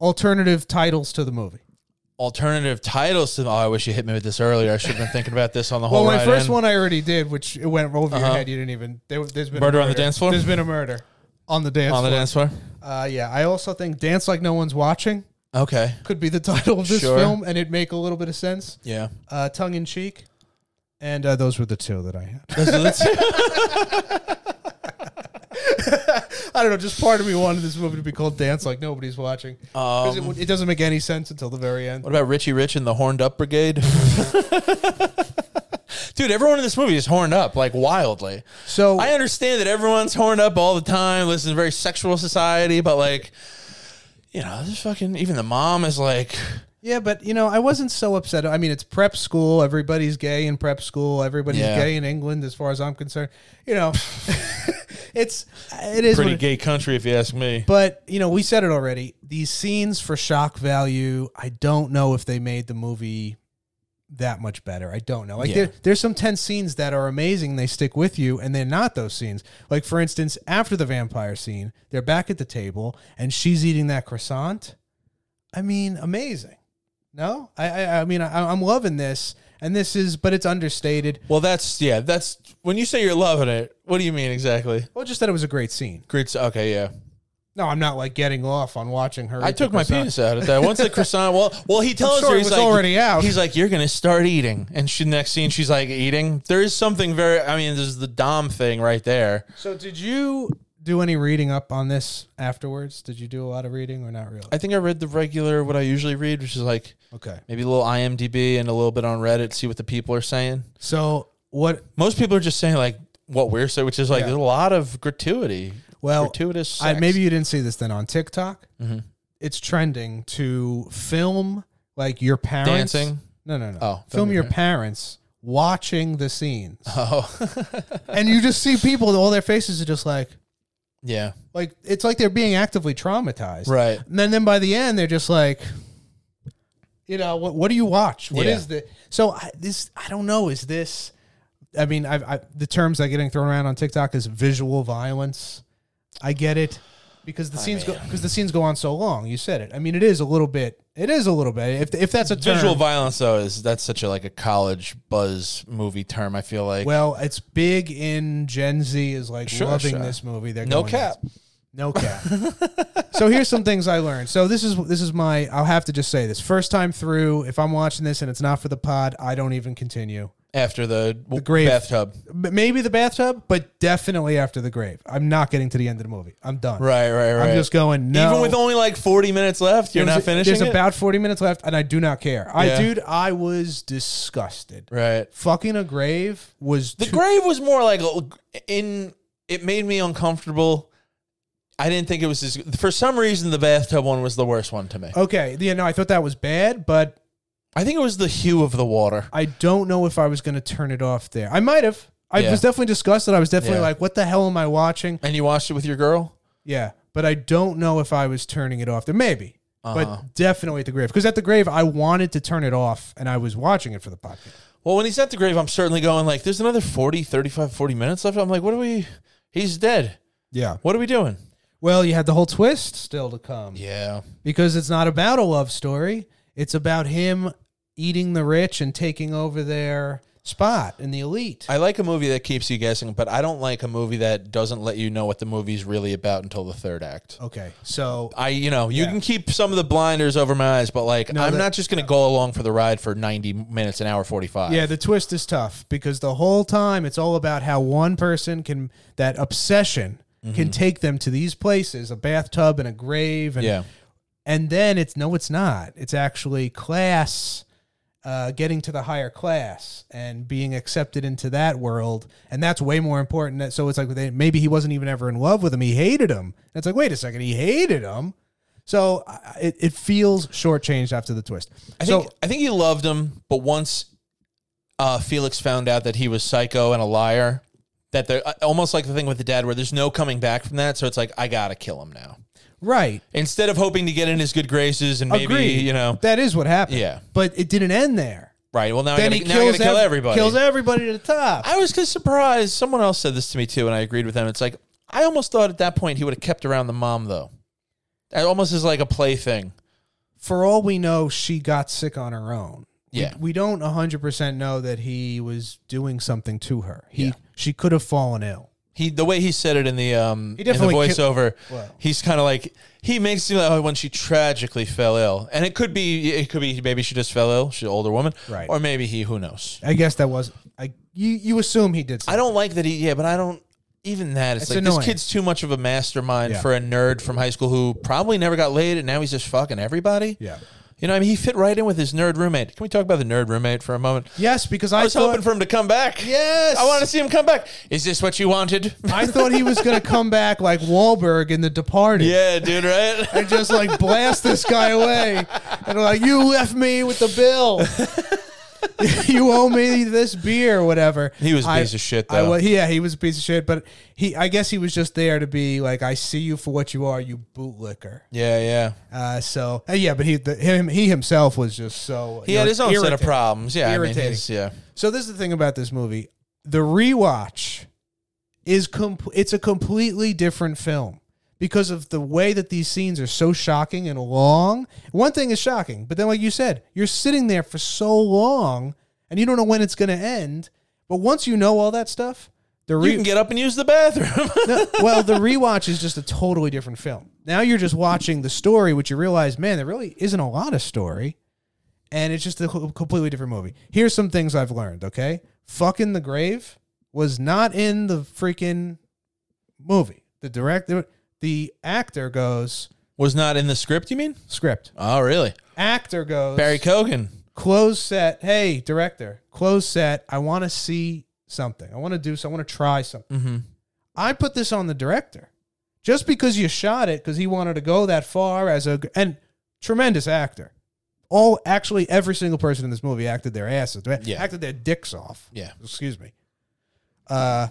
Speaker 2: alternative titles to the movie
Speaker 1: Alternative titles to. Oh, I wish you hit me with this earlier. I should have been thinking about this on the
Speaker 2: well
Speaker 1: whole.
Speaker 2: my
Speaker 1: ride
Speaker 2: first
Speaker 1: in.
Speaker 2: one i already did which it went over your
Speaker 1: Uh-huh.
Speaker 2: head you didn't even there, there's been a
Speaker 1: Murder on the dance floor?
Speaker 2: there's been a murder on the dance
Speaker 1: on the
Speaker 2: floor.
Speaker 1: dance floor.
Speaker 2: uh yeah i also think dance like no one's watching
Speaker 1: Okay.
Speaker 2: could be the title of this
Speaker 1: Sure.
Speaker 2: film and it'd make a little bit of sense
Speaker 1: Yeah.
Speaker 2: uh tongue-in-cheek and uh, those were the two that i had
Speaker 1: Those are the two-
Speaker 2: i don't know just part of me wanted this movie to be called dance like nobody's watching 'Cause it
Speaker 1: um,
Speaker 2: would- it doesn't make any sense until the very end
Speaker 1: what about Richie Rich and the Horned Up Brigade? Dude, everyone in this movie is horned up like wildly.
Speaker 2: so
Speaker 1: I understand that everyone's horned up all the time. This is a very sexual society, but like, you know, this fucking even the mom is like,
Speaker 2: Yeah, but you know, I wasn't so upset. I mean, it's prep school. Everybody's gay in prep school. Everybody's
Speaker 1: Yeah.
Speaker 2: gay in England, as far as I'm concerned. You know, it's it is
Speaker 1: pretty
Speaker 2: what it-
Speaker 1: gay country if you ask me.
Speaker 2: But you know, we said it already. These scenes for shock value, I don't know if they made the movie that much better. I don't know. Like
Speaker 1: Yeah.
Speaker 2: there, there's some tense scenes that are amazing. They stick with you, and they're not those scenes. Like for instance, after the vampire scene, they're back at the table, and she's eating that croissant. I mean, amazing. No, I, I, I mean, I, I'm loving this, and this is, but it's understated.
Speaker 1: Well, that's yeah. That's when you say you're loving it. What do you mean exactly?
Speaker 2: Well, just that it was a great scene.
Speaker 1: Great. Okay, yeah.
Speaker 2: No, I'm not like getting off on watching her.
Speaker 1: I
Speaker 2: eat the
Speaker 1: took my
Speaker 2: croissant.
Speaker 1: penis out at that. Once the croissant, well, well, he tells
Speaker 2: sure
Speaker 1: her
Speaker 2: it
Speaker 1: he's
Speaker 2: was
Speaker 1: like,
Speaker 2: already out.
Speaker 1: He's like, you're gonna start eating, and she next scene she's like eating. There is something very. I mean, there's the dom thing right there.
Speaker 2: So did you do any reading up on this afterwards? Did you do a lot of reading or not really?
Speaker 1: I think I read the regular what I usually read, which is like
Speaker 2: Okay.
Speaker 1: maybe a little IMDb and a little bit on Reddit, see what the people are saying.
Speaker 2: So what
Speaker 1: Most people are just saying like what we're saying, which is like
Speaker 2: Yeah.
Speaker 1: there's a lot of gratuity.
Speaker 2: Well,
Speaker 1: gratuitous.
Speaker 2: I
Speaker 1: sex.
Speaker 2: maybe you didn't see this then on TikTok.
Speaker 1: Mhm.
Speaker 2: It's trending to film like your parents
Speaker 1: dancing.
Speaker 2: No, no, no.
Speaker 1: Oh,
Speaker 2: film
Speaker 1: film
Speaker 2: your
Speaker 1: your
Speaker 2: parents watching the scenes.
Speaker 1: Oh,
Speaker 2: and you just see people all their faces are just like
Speaker 1: yeah,
Speaker 2: like it's like they're being actively traumatized.
Speaker 1: right.
Speaker 2: And then, then by the end, they're just like, you know, what what do you watch? What
Speaker 1: Yeah.
Speaker 2: is the so I, this? I don't know. Is this? I mean, I've, I the terms that are getting thrown around on TikTok is visual violence. I get it because the scenes go because the scenes go on so long. You said it. I mean, it is a little bit. It is a little bit. If if that's a term,
Speaker 1: Visual violence though is that's such a like a college buzz movie term. I feel like
Speaker 2: Well, it's big in Gen Z is like
Speaker 1: Sure,
Speaker 2: loving
Speaker 1: sure.
Speaker 2: this movie. They're
Speaker 1: no
Speaker 2: going
Speaker 1: cap.
Speaker 2: No cap. so here's some things I learned. So this is this is my I'll have to just say this. First time through, if I'm watching this and it's not for the pod, I don't even continue.
Speaker 1: After the, the
Speaker 2: grave.
Speaker 1: bathtub,
Speaker 2: But maybe the bathtub, but definitely after the grave. I'm not getting to the end of the movie. I'm done.
Speaker 1: right, right, right.
Speaker 2: I'm just going no.
Speaker 1: Even with only like forty minutes left, you're
Speaker 2: There's-
Speaker 1: not finishing
Speaker 2: There's
Speaker 1: it?
Speaker 2: about 40 minutes left and I do not care. I
Speaker 1: Yeah.
Speaker 2: dude, I was disgusted.
Speaker 1: right.
Speaker 2: Fucking a grave was
Speaker 1: The
Speaker 2: too-
Speaker 1: grave was more like a- in. It made me uncomfortable. I didn't think it was as, for some reason the bathtub one was the worst one to me.
Speaker 2: Okay, yeah, no, I thought that was bad, but
Speaker 1: I think it was the hue of the water.
Speaker 2: I don't know if I was going to turn it off there. I might have. I
Speaker 1: Yeah.
Speaker 2: was definitely disgusted. I was definitely
Speaker 1: Yeah.
Speaker 2: like, what the hell am I watching?
Speaker 1: And you watched it with your girl.
Speaker 2: Yeah. But I don't know if I was turning it off there. Maybe.
Speaker 1: Uh-huh.
Speaker 2: But definitely at the grave. Because at the grave, I wanted to turn it off and I was watching it for the podcast.
Speaker 1: Well, when he's at the grave, I'm certainly going like, "There's another 40, 35, 40 minutes left." I'm like, "What are we? He's dead.
Speaker 2: Yeah.
Speaker 1: What are we doing?"
Speaker 2: Well, you had the whole twist still to come
Speaker 1: Yeah,
Speaker 2: because it's not about a love story, it's about him eating the rich and taking over their spot in the elite.
Speaker 1: I like a movie that keeps you guessing, but I don't like a movie that doesn't let you know what the movie's really about until the third act.
Speaker 2: okay, so
Speaker 1: I, you know, you can keep some of the blinders over my eyes, but like, I'm
Speaker 2: that-
Speaker 1: not just going to go along for the ride for 90 minutes, an hour 45.
Speaker 2: Yeah, the twist is tough because the whole time it's all about how one person can that obsession
Speaker 1: Mm-hmm.
Speaker 2: can take them to these places, a bathtub and a grave and
Speaker 1: Yeah.
Speaker 2: and then it's no it's not. It's actually class uh, getting to the higher class and being accepted into that world, and that's way more important. That- So it's like they, maybe he wasn't even ever in love with him; he hated him. And it's like, wait a second, he hated him. So I- it, it feels shortchanged after the twist.
Speaker 1: I
Speaker 2: so
Speaker 1: think, I think he loved him, but once uh, Felix found out that he was psycho and a liar, that they're uh, almost like the thing with the dad where there's no coming back from that. So it's like, I got to kill him now.
Speaker 2: right,
Speaker 1: Instead of hoping to get in his good graces and maybe,
Speaker 2: Agreed.
Speaker 1: you know,
Speaker 2: That is what happened.
Speaker 1: Yeah.
Speaker 2: But it didn't end there.
Speaker 1: right. Well, now
Speaker 2: Then
Speaker 1: I
Speaker 2: he
Speaker 1: got to
Speaker 2: kills
Speaker 1: kill
Speaker 2: ev-
Speaker 1: everybody.
Speaker 2: Kills everybody to the top.
Speaker 1: I was just surprised. Someone else said this to me too, and I agreed with them. It's like I almost thought at that point he would have kept around the mom though. That almost is like a plaything.
Speaker 2: For all we know, she got sick on her own. We-
Speaker 1: Yeah.
Speaker 2: We, don't 100% know that he was doing something to her. He
Speaker 1: Yeah.
Speaker 2: she could have fallen ill.
Speaker 1: He the way he said it in the um
Speaker 2: He
Speaker 1: in the
Speaker 2: definitely ki-
Speaker 1: voiceover,
Speaker 2: Well.
Speaker 1: he's kind of like he makes it seem like oh, when she tragically fell ill, and it could be it could be maybe she just fell ill, she's an older woman,
Speaker 2: Right.
Speaker 1: Or maybe he, who knows?
Speaker 2: I guess that was I you you assume he did
Speaker 1: I
Speaker 2: something.
Speaker 1: don't like that he yeah, but I don't even that. It's,
Speaker 2: It's
Speaker 1: like
Speaker 2: annoying.
Speaker 1: this kid's too much of a mastermind
Speaker 2: Yeah.
Speaker 1: for a nerd from high school who probably never got laid, and now he's just fucking everybody.
Speaker 2: Yeah.
Speaker 1: You know, I mean, he fit right in with his nerd roommate. Can we talk about the nerd roommate for a moment?
Speaker 2: Yes, because I,
Speaker 1: I was
Speaker 2: thought
Speaker 1: hoping for him to come back.
Speaker 2: Yes.
Speaker 1: I wanted to see him come back. Is this what you wanted?
Speaker 2: I thought he was going to come back like Wahlberg in The Departed.
Speaker 1: yeah, dude, right?
Speaker 2: And just like blast this guy away. And like, you left me with the bill. you owe me this beer or whatever.
Speaker 1: He was a
Speaker 2: I-
Speaker 1: piece of shit,
Speaker 2: I
Speaker 1: though.
Speaker 2: wa- yeah, he was a piece of shit, but he I guess he was just there to be like, I see you for what you are, you bootlicker.
Speaker 1: yeah, yeah.
Speaker 2: Uh, so uh, yeah, but he the, him he himself was just so
Speaker 1: He had his own set of
Speaker 2: irritating.
Speaker 1: problems. Yeah, I
Speaker 2: Irritating.
Speaker 1: mean, he's- yeah.
Speaker 2: So this is the thing about this movie. The rewatch is comp- it's a completely different film because of the way that these scenes are so shocking and long. One thing is shocking, but then like you said, you're sitting there for so long and you don't know when it's going to end. But once you know all that stuff, the
Speaker 1: You
Speaker 2: re-
Speaker 1: can get up and use the bathroom.
Speaker 2: no, well, the rewatch is just a totally different film. Now you're just watching the story, which you realize, man, there really isn't a lot of story, and it's just a co- completely different movie. Here's some things I've learned. Okay, fucking the grave was not in the freaking movie. The director, the actor goes
Speaker 1: Was not in the script, you mean?
Speaker 2: script.
Speaker 1: Oh, really?
Speaker 2: Actor goes
Speaker 1: Barry Cogan.
Speaker 2: close set. Hey, director, close set. I want to see something. I want to do. So I want to try something.
Speaker 1: Mm-hmm.
Speaker 2: I put this on the director. Just because you shot it because he wanted to go that far as a and tremendous actor. All actually every single person in this movie acted their asses,
Speaker 1: Yeah.
Speaker 2: acted their dicks off.
Speaker 1: Yeah.
Speaker 2: Excuse me. Uh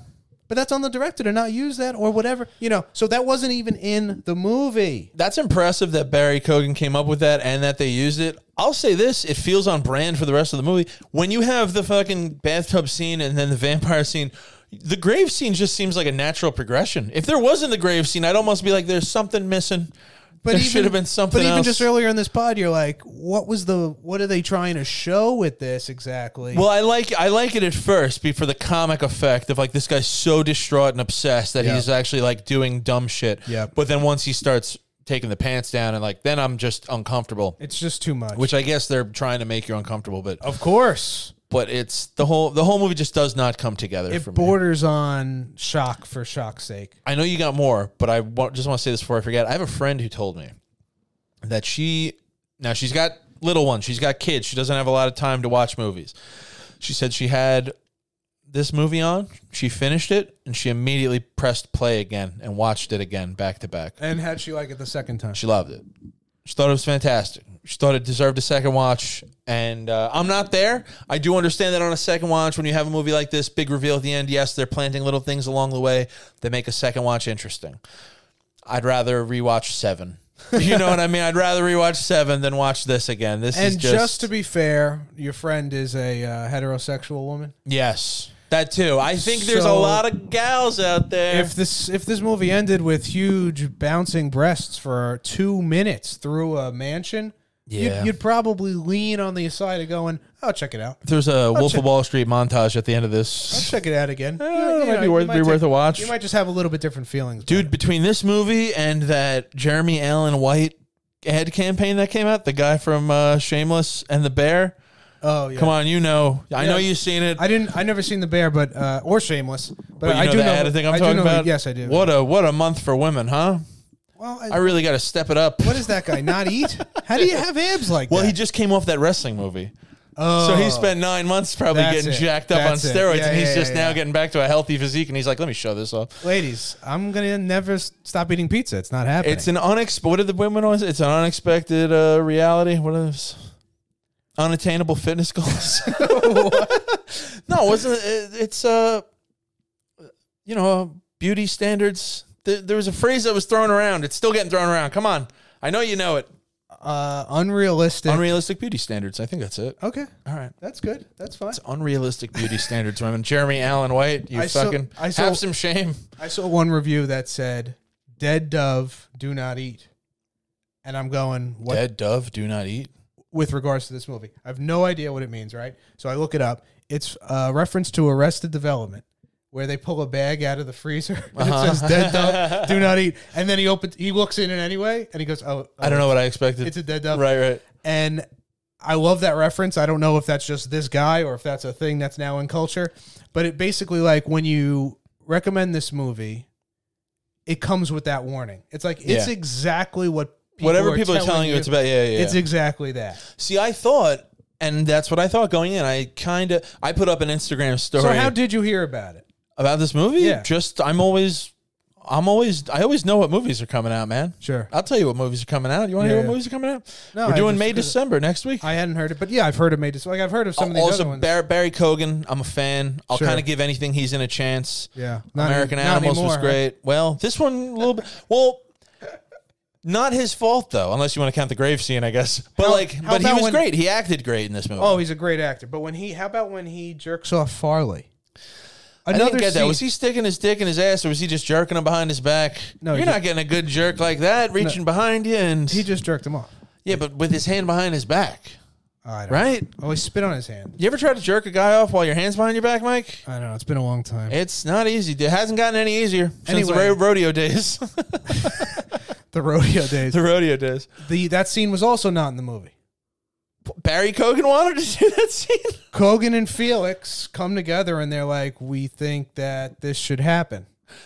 Speaker 2: but that's on the director to not use that or whatever. You know, so that wasn't even in the movie.
Speaker 1: That's impressive that Barry Cogan came up with that and that they used it. I'll say this: it feels on brand for the rest of the movie. When you have the fucking bathtub scene and then the vampire scene, the grave scene just seems like a natural progression. If there wasn't the grave scene, I'd almost be like, "There's something missing."
Speaker 2: But
Speaker 1: there should have been something.
Speaker 2: But even
Speaker 1: else.
Speaker 2: just earlier in this pod, you're like, what was the what are they trying to show with this exactly?
Speaker 1: Well, I like I like it at first be for the comic effect of like this guy's so distraught and obsessed that
Speaker 2: Yeah.
Speaker 1: he's actually like doing dumb shit.
Speaker 2: Yep.
Speaker 1: But then once he starts taking the pants down and like then I'm just uncomfortable.
Speaker 2: it's just too much.
Speaker 1: Which I guess they're trying to make you uncomfortable, but
Speaker 2: of course.
Speaker 1: but it's the whole the whole movie just does not come together for
Speaker 2: It
Speaker 1: me.
Speaker 2: borders on shock for shock's sake.
Speaker 1: I know you got more, but I wa- just want to say this before I forget. I have a friend who told me that she now she's got little ones, she's got kids, she doesn't have a lot of time to watch movies. She said she had this movie on, she finished it, and she immediately pressed play again and watched it again back to back.
Speaker 2: And how'd she like it the second time?
Speaker 1: She loved it. She thought it was fantastic. She thought it deserved a second watch. And uh, I'm not there. I do understand that on a second watch, when you have a movie like this, big reveal at the end, yes, they're planting little things along the way that make a second watch interesting. I'd rather rewatch Seven. you know what I mean? I'd rather rewatch Seven than watch this again. This is
Speaker 2: And just,
Speaker 1: just,
Speaker 2: to be fair, your friend is a uh, heterosexual woman.
Speaker 1: yes, that too. I think there's a
Speaker 2: So-
Speaker 1: lot of gals out there.
Speaker 2: If this if this movie ended with huge bouncing breasts for two minutes through a mansion,
Speaker 1: Yeah.
Speaker 2: You'd, you'd probably lean on the side of going, "Oh, check it out.
Speaker 1: There's a Wolf
Speaker 2: check-
Speaker 1: of Wall Street montage at the end of
Speaker 2: I'll
Speaker 1: this.
Speaker 2: check it out again."
Speaker 1: Eh,
Speaker 2: You know,
Speaker 1: it
Speaker 2: you
Speaker 1: might
Speaker 2: know,
Speaker 1: be
Speaker 2: you
Speaker 1: worth,
Speaker 2: might
Speaker 1: be
Speaker 2: take-
Speaker 1: worth a watch.
Speaker 2: You might just have a little bit different feelings, about
Speaker 1: Dude, between this movie and that Jeremy Allen White ad campaign that came out, the guy from uh, Shameless and the Bear.
Speaker 2: it. Oh, yeah.
Speaker 1: Come on, you know. I
Speaker 2: Yeah.
Speaker 1: know you've seen it.
Speaker 2: I didn't. I never seen the bear, but uh, or Shameless, but,
Speaker 1: but you
Speaker 2: I
Speaker 1: know
Speaker 2: do
Speaker 1: the
Speaker 2: know.
Speaker 1: ad thing I'm
Speaker 2: I do
Speaker 1: talking
Speaker 2: know-
Speaker 1: about.
Speaker 2: Yes, I do.
Speaker 1: What a what a month for women, huh?
Speaker 2: Well, I,
Speaker 1: I really got to step it up.
Speaker 2: what does that guy not eat? How do you have abs like
Speaker 1: well,
Speaker 2: that?
Speaker 1: he just came off that wrestling movie.
Speaker 2: oh,
Speaker 1: So he spent nine months probably
Speaker 2: That's
Speaker 1: getting
Speaker 2: it.
Speaker 1: jacked up
Speaker 2: That's
Speaker 1: on
Speaker 2: it.
Speaker 1: steroids,
Speaker 2: Yeah,
Speaker 1: and he's
Speaker 2: yeah,
Speaker 1: just
Speaker 2: yeah,
Speaker 1: now
Speaker 2: yeah.
Speaker 1: getting back to a healthy physique. And he's like, "Let me show this off."
Speaker 2: Ladies, I'm gonna never s- stop eating pizza. It's not happening.
Speaker 1: It's an unex. What did the women always? It's an unexpected uh, reality. What are those? Unattainable fitness goals. no, it wasn't it, it's uh, you know, beauty standards. There, there was a phrase that was thrown around. It's still getting thrown around. Come on, I know you know it.
Speaker 2: uh, unrealistic.
Speaker 1: Unrealistic beauty standards. I think that's it.
Speaker 2: okay,
Speaker 1: All right.
Speaker 2: that's good. That's fine.
Speaker 1: It's unrealistic beauty standards, women. Jeremy Allen White, you
Speaker 2: I saw-
Speaker 1: fucking
Speaker 2: I saw-
Speaker 1: have some shame.
Speaker 2: I saw one review that said, "Dead dove, do not eat," and I'm going, "What
Speaker 1: Dead dove, do not eat.
Speaker 2: with regards to this movie. I have no idea what it means, right? So I look it up. It's a reference to Arrested Development, where they pull a bag out of the freezer and
Speaker 1: Uh-huh.
Speaker 2: it says "dead dove, do not eat." And then he opens, he looks in it anyway, and he goes, "Oh,
Speaker 1: I don't know what I expected.
Speaker 2: it's a dead dove."
Speaker 1: right, right.
Speaker 2: And I love that reference. I don't know if that's just this guy or if that's a thing that's now in culture, but it basically like when you recommend this movie, it comes with that warning. It's like it's
Speaker 1: Yeah.
Speaker 2: exactly what
Speaker 1: Whatever people are telling you, it's about. Yeah, yeah.
Speaker 2: It's exactly that.
Speaker 1: See, I thought, and that's what I thought going in. I kind of I put up an Instagram story
Speaker 2: So how did you hear about it?
Speaker 1: about this movie.
Speaker 2: Yeah.
Speaker 1: Just I'm always, I'm always, I always know what movies are coming out, man.
Speaker 2: Sure.
Speaker 1: I'll tell you what movies are coming out. You want to hear
Speaker 2: Yeah,
Speaker 1: what
Speaker 2: yeah.
Speaker 1: movies are coming out?
Speaker 2: No,
Speaker 1: We're
Speaker 2: I
Speaker 1: doing
Speaker 2: just-
Speaker 1: May December next week.
Speaker 2: I hadn't heard it, but yeah, I've heard of Made Like I've heard of some of these
Speaker 1: also,
Speaker 2: other ones.
Speaker 1: Bar- Barry Cogan, I'm a fan. I'll
Speaker 2: Sure.
Speaker 1: kind of give anything he's in a chance.
Speaker 2: yeah,
Speaker 1: American
Speaker 2: any- not
Speaker 1: Animals was
Speaker 2: anymore.
Speaker 1: great. Well, this one a little bit. Well, not his fault though, unless you want to count the grave scene, I guess. But
Speaker 2: How-
Speaker 1: like,
Speaker 2: how
Speaker 1: but he
Speaker 2: about
Speaker 1: was
Speaker 2: when-
Speaker 1: great. He acted great in this movie.
Speaker 2: Oh, he's a great actor. But when he, how about when he jerks off Farley?
Speaker 1: I
Speaker 2: Another
Speaker 1: didn't get that.
Speaker 2: scene-
Speaker 1: Was he sticking his dick in his ass, or was he just jerking him behind his back?
Speaker 2: No,
Speaker 1: you're
Speaker 2: he
Speaker 1: not getting a good jerk like that, reaching behind you, and
Speaker 2: He just jerked him off.
Speaker 1: yeah, but with his hand behind his back,
Speaker 2: I don't
Speaker 1: right?
Speaker 2: Oh, he spit on his hand.
Speaker 1: You ever tried to jerk a guy off while your hands behind your back, Mike?
Speaker 2: I don't know. It's been a long time.
Speaker 1: It's not easy. It hasn't gotten any easier since the
Speaker 2: Anyway.
Speaker 1: ro- rodeo days.
Speaker 2: The rodeo days.
Speaker 1: the rodeo days.
Speaker 2: the that scene was also not in the movie.
Speaker 1: Barry Cogan wanted to do that scene.
Speaker 2: Kogan and Felix come together and they're like, "We think that this should happen."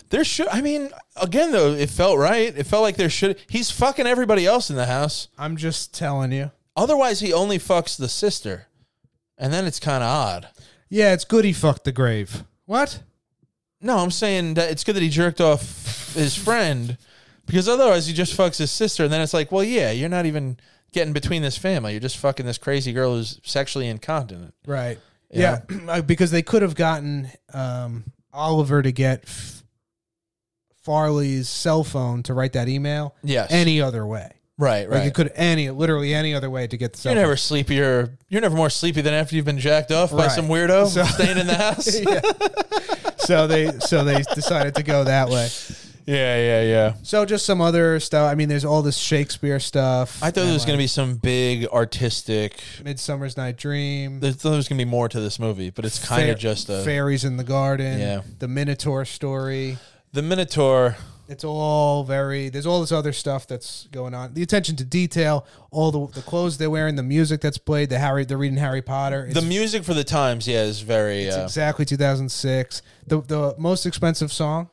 Speaker 1: There should. I mean, again though, it felt right. It felt like there should. He's fucking everybody else in the house.
Speaker 2: I'm just telling you.
Speaker 1: Otherwise, he only fucks the sister, and then it's kind of odd.
Speaker 2: Yeah, it's good he fucked the grave. What?
Speaker 1: No, I'm saying that it's good that he jerked off his friend because otherwise he just fucks his sister. And then it's like, well, yeah, you're not even getting between this family. You're just fucking this crazy girl who's sexually incontinent.
Speaker 2: Right.
Speaker 1: Yeah.
Speaker 2: Yeah, uh, because they could have gotten um, Oliver to get F- Farley's cell phone to write that email
Speaker 1: Yes.
Speaker 2: any other way.
Speaker 1: right,
Speaker 2: Like
Speaker 1: right.
Speaker 2: it could any literally any other way to get the cell
Speaker 1: You're never sleepier. You're never more sleepy than after you've been jacked off by
Speaker 2: Right.
Speaker 1: some weirdo
Speaker 2: So-
Speaker 1: staying in the house. yeah,
Speaker 2: phone. Yeah. so they so they decided to go that way.
Speaker 1: yeah, yeah.
Speaker 2: So just some other stuff. I mean, there's all this Shakespeare stuff.
Speaker 1: I thought there was going to be some big artistic.
Speaker 2: be Midsummer's Night Dream.
Speaker 1: I thought there was going to be more to this movie, but it's kind
Speaker 2: fair-
Speaker 1: of just a
Speaker 2: fairies in the garden.
Speaker 1: Yeah.
Speaker 2: the Minotaur story.
Speaker 1: the Minotaur.
Speaker 2: It's all very. There's all this other stuff that's going on. The attention to detail, all the the clothes they're wearing, the music that's played, the Harry, they're reading Harry Potter. It's,
Speaker 1: The music for the times, yeah, is very.
Speaker 2: it's
Speaker 1: uh,
Speaker 2: exactly 2006. The the most expensive song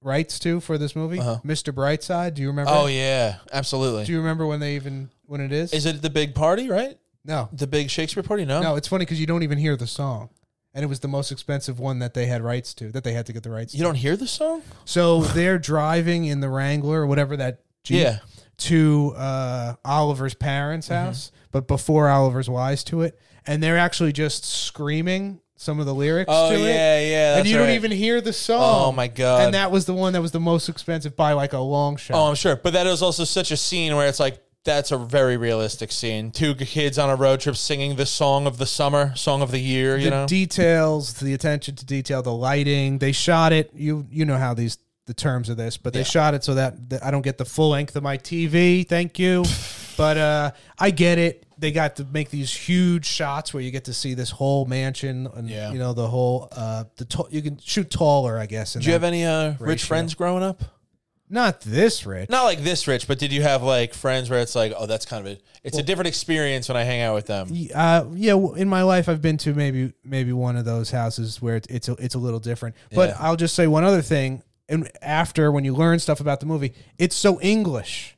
Speaker 2: rights to for this movie,
Speaker 1: Uh-huh.
Speaker 2: Mr. Brightside. Do you remember?
Speaker 1: oh
Speaker 2: it?
Speaker 1: yeah, absolutely.
Speaker 2: Do you remember when they even when it is?
Speaker 1: Is it the big party, right?
Speaker 2: no,
Speaker 1: The big Shakespeare party? No.
Speaker 2: no. It's funny because you don't even hear the song, and it was the most expensive one that they had rights to that they had to get the rights.
Speaker 1: You
Speaker 2: to.
Speaker 1: don't hear the song?
Speaker 2: So they're driving in the Wrangler or whatever that Jeep
Speaker 1: Yeah.
Speaker 2: to uh, Oliver's parents'
Speaker 1: Mm-hmm.
Speaker 2: house, but before Oliver's wise to it, and they're actually just screaming some of the lyrics
Speaker 1: Oh,
Speaker 2: to it.
Speaker 1: yeah, yeah.
Speaker 2: And
Speaker 1: that's
Speaker 2: you don't
Speaker 1: right.
Speaker 2: even hear the song.
Speaker 1: Oh, my God.
Speaker 2: And that was the one that was the most expensive by like a long
Speaker 1: Oh,
Speaker 2: shot.
Speaker 1: I'm sure. But that is also such a scene where it's like, that's a very realistic scene. Two kids on a road trip singing the song of the summer, song of the year, you
Speaker 2: the
Speaker 1: know?
Speaker 2: details, the attention to detail, the lighting. They shot it. You you know how these the terms of this, but they shot it so that, that I don't get the full length of my TV. Thank you. But uh, I get it. They got to make these huge shots where you get to see this whole mansion and
Speaker 1: Yeah.
Speaker 2: you know the whole uh, the t- you can shoot taller, I guess.
Speaker 1: Did you have any uh, rich
Speaker 2: Ratio.
Speaker 1: friends growing up?
Speaker 2: Not this rich.
Speaker 1: Not like this rich, but did you have like friends where it's like, oh, that's kind of a, it's a different experience when I hang out with them.
Speaker 2: Y- Uh, yeah, w- in my life, I've been to maybe maybe one of those houses where it, it's a, it's a little different. But
Speaker 1: Yeah.
Speaker 2: I'll just say one other thing. And after when you learn stuff about the movie, it's so English,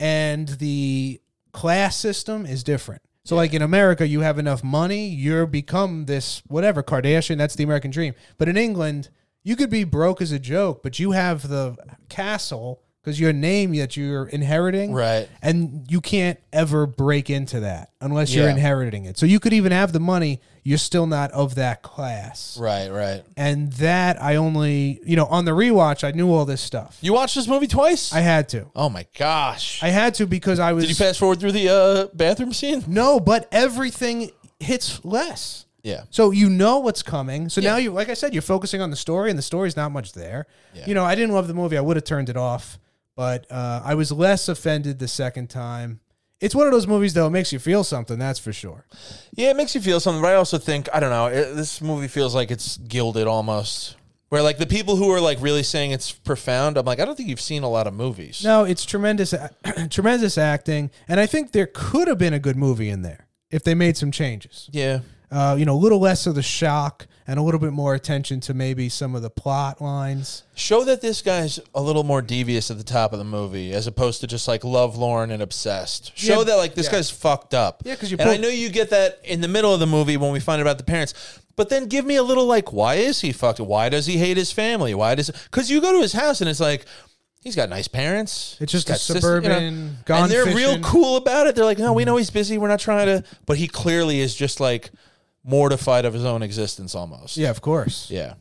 Speaker 2: and the class system is different. So like in America, you have enough money, you're become this whatever Kardashian. That's the American dream. But in England, you could be broke as a joke, but you have the castle because your name that you're inheriting
Speaker 1: Right.
Speaker 2: and you can't ever break into that unless you're
Speaker 1: Yeah.
Speaker 2: inheriting it. So you could even have the money, you're still not of that class.
Speaker 1: Right, right.
Speaker 2: And that I only, you know, on the rewatch, I knew all this stuff.
Speaker 1: You watched this movie twice?
Speaker 2: I had to.
Speaker 1: oh my gosh.
Speaker 2: I had to because I was
Speaker 1: did you fast forward through the uh, bathroom scene?
Speaker 2: no, but everything hits less.
Speaker 1: Yeah.
Speaker 2: So you know what's coming. So now you, like I said, you're focusing on the story, and the story's not much there. You know, I didn't love the movie. I would have turned it off, but uh, I was less offended the second time. It's one of those movies, though. It makes you feel something. That's for sure.
Speaker 1: Yeah, it makes you feel something, but I also think I don't know. It, this movie feels like it's gilded almost. Where like the people who are like really saying it's profound, I'm like, I don't think you've seen a lot of movies.
Speaker 2: No, it's tremendous, tremendous acting, and I think there could have been a good movie in there if they made some changes.
Speaker 1: Yeah,
Speaker 2: Uh, you know, a little less of the shock and a little bit more attention to maybe some of the plot lines.
Speaker 1: show that this guy's a little more devious at the top of the movie, as opposed to just like love Lauren and obsessed. Show
Speaker 2: Yeah.
Speaker 1: that like this guy's fucked up.
Speaker 2: Yeah, 'cause you
Speaker 1: and I
Speaker 2: pull-
Speaker 1: know you get that in the middle of the movie when we find out about the parents. But then give me a little like, why is he fucked? Why does he hate his family? Why does? Because you go to his house and it's like. He's got nice parents.
Speaker 2: It's just
Speaker 1: He's
Speaker 2: a
Speaker 1: got sister- you know,
Speaker 2: suburban gone
Speaker 1: and they're real
Speaker 2: fishing. Mm-hmm.
Speaker 1: cool about it. They're like, no, we know he's busy. We're not trying to. But he clearly is just like mortified of his own existence almost.
Speaker 2: Yeah, of course.
Speaker 1: Yeah.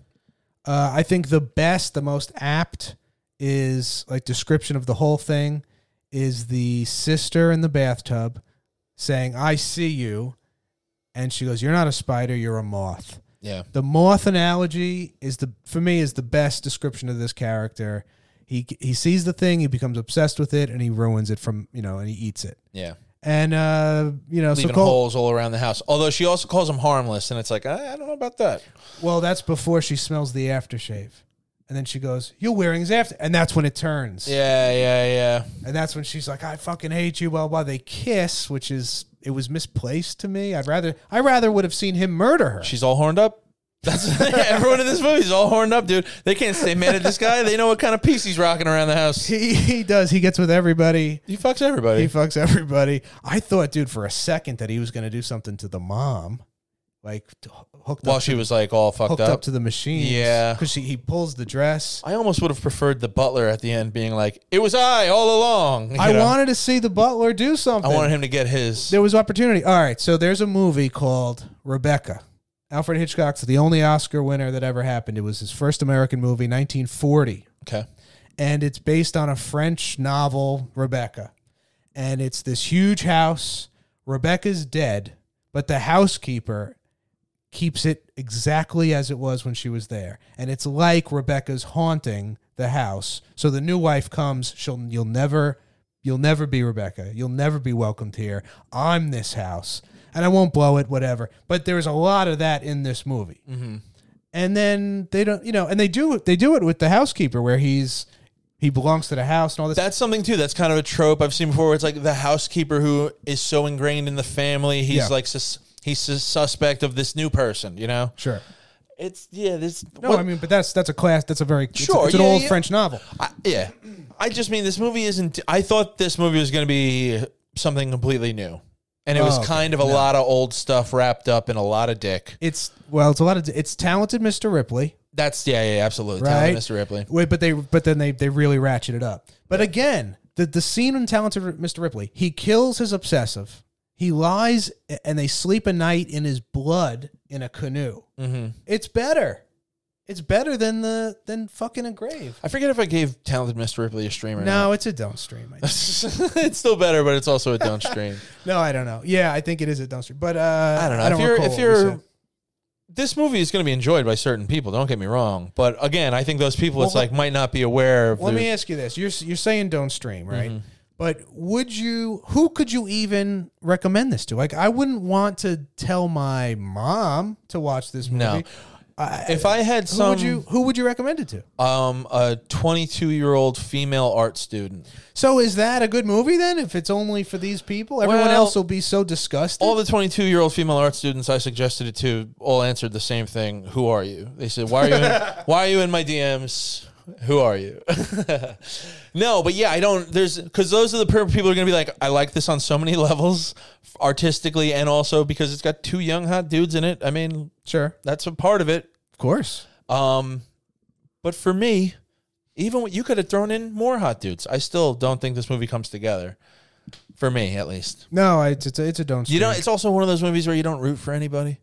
Speaker 2: Uh, I think the best, the most apt is like description of the whole thing is the sister in the bathtub saying, "I see you," and she goes, "You're not a spider. You're a moth."
Speaker 1: Yeah.
Speaker 2: The moth analogy is the for me is the best description of this character. He he sees the thing, he becomes obsessed with it, and he ruins it from you know, and he eats it.
Speaker 1: Yeah.
Speaker 2: And uh, you know, so
Speaker 1: Leaving
Speaker 2: Col-
Speaker 1: holes all around the house. Although she also calls him harmless, and it's like, I, I don't know about that.
Speaker 2: well, that's before she smells the aftershave. And then she goes, "You're wearing his after," and that's when it turns.
Speaker 1: Yeah, yeah, yeah.
Speaker 2: And that's when she's like, "I fucking hate you." Blah blah. They kiss, which is it was misplaced to me. I'd rather I rather would have seen him murder her.
Speaker 1: She's all horned up. That's everyone in this movie is all horned up, dude. They can't stay mad at this guy. They know what kind of piece he's rocking around the house.
Speaker 2: he, he does. He gets with everybody.
Speaker 1: He fucks everybody.
Speaker 2: He fucks everybody. I thought, dude, for a second that he was going to do something to the mom, like t- hooked
Speaker 1: While
Speaker 2: up,
Speaker 1: she was like all fucked
Speaker 2: hooked
Speaker 1: up.
Speaker 2: up. to the machine.
Speaker 1: Yeah.
Speaker 2: because he pulls the dress.
Speaker 1: I almost would have preferred the butler at the end being like, "It was I all along." you
Speaker 2: I
Speaker 1: know?
Speaker 2: wanted to see the butler do
Speaker 1: I
Speaker 2: something.
Speaker 1: wanted him to get his.
Speaker 2: there was opportunity. All right, so there's a movie called Rebecca. Alfred Hitchcock's the only Oscar winner that ever happened. It was his first American movie, 1940.
Speaker 1: Okay.
Speaker 2: and it's based on a French novel, Rebecca. And it's this huge house. Rebecca's dead, but the housekeeper keeps it exactly as it was when she was there. And it's like Rebecca's haunting the house. So the new wife comes, she'll you'll never you'll never be Rebecca. You'll never be welcomed here. I'm this house. And I won't blow it, whatever. But there's a lot of that in this movie and then they don't you know and they do they do it with the housekeeper where he's he belongs to the house and all this
Speaker 1: That's something too. That's kind of a trope I've seen before. Where it's like the housekeeper who is so ingrained in the family, he's
Speaker 2: Yeah.
Speaker 1: like sus- he's sus- suspect of this new person. You know,
Speaker 2: sure
Speaker 1: it's yeah. This
Speaker 2: no
Speaker 1: what-
Speaker 2: i mean but that's that's a class that's a very it's,
Speaker 1: Sure,
Speaker 2: it's an
Speaker 1: yeah,
Speaker 2: old
Speaker 1: yeah.
Speaker 2: french novel
Speaker 1: I, yeah. I just mean this movie isn't. I thought this movie was going to be something completely new, and it was
Speaker 2: Oh, okay.
Speaker 1: kind of a lot of old stuff wrapped up in a lot of dick.
Speaker 2: it's well it's a lot of it's talented mr ripley
Speaker 1: That's yeah, yeah, absolutely. Tell
Speaker 2: right
Speaker 1: me, Mr. Ripley.
Speaker 2: wait but they but then they they really ratchet it up but again the the scene in talented R- mr ripley he kills his obsessive he lies a- and they sleep a night in his blood in a canoe
Speaker 1: Mm-hmm.
Speaker 2: it's better it's better than the than fucking a grave
Speaker 1: I forget if I gave Talented Mr. Ripley a stream or not.
Speaker 2: no it's a don't stream I think.
Speaker 1: it's still better, but it's also a downstream.
Speaker 2: No, I don't know. Yeah, I think it is a dumpster. But uh,
Speaker 1: I don't know. if you're,
Speaker 2: recall
Speaker 1: if
Speaker 2: what we
Speaker 1: you're,
Speaker 2: said.
Speaker 1: this movie is going to be enjoyed by certain people. Don't get me wrong, but again, I think those people, it's
Speaker 2: Well,
Speaker 1: like might not be aware of.
Speaker 2: let
Speaker 1: the- Mm-hmm.
Speaker 2: me ask you this: you're you're saying don't stream, right? But would you? Who could you even recommend this to? Like, I wouldn't want to tell my mom to watch this movie.
Speaker 1: No. If I had
Speaker 2: Who
Speaker 1: some,
Speaker 2: would you? Who would you recommend it to?
Speaker 1: um, a 22 year old female art student,
Speaker 2: So is that a good movie then? If it's only for these people, everyone
Speaker 1: Well, oh,
Speaker 2: else will be so disgusted.
Speaker 1: all the 22 year old female art students I suggested it to all answered the same thing. Who are you? They said, why are you, in, why are you in my DMs? Who are you? no, but yeah, I don't, there's, cause those are the per- people who are going to be like, I like this on so many levels artistically. And also because it's got two young hot dudes in it. I mean,
Speaker 2: sure,
Speaker 1: that's a part of it.
Speaker 2: of course.
Speaker 1: Um, but for me, even what you could have thrown in more hot dudes, I still don't think this movie comes together. For me, at least,
Speaker 2: No, it's it's a, it's a don't.
Speaker 1: you know,
Speaker 2: streak.
Speaker 1: it's also one of those movies where you don't root for anybody.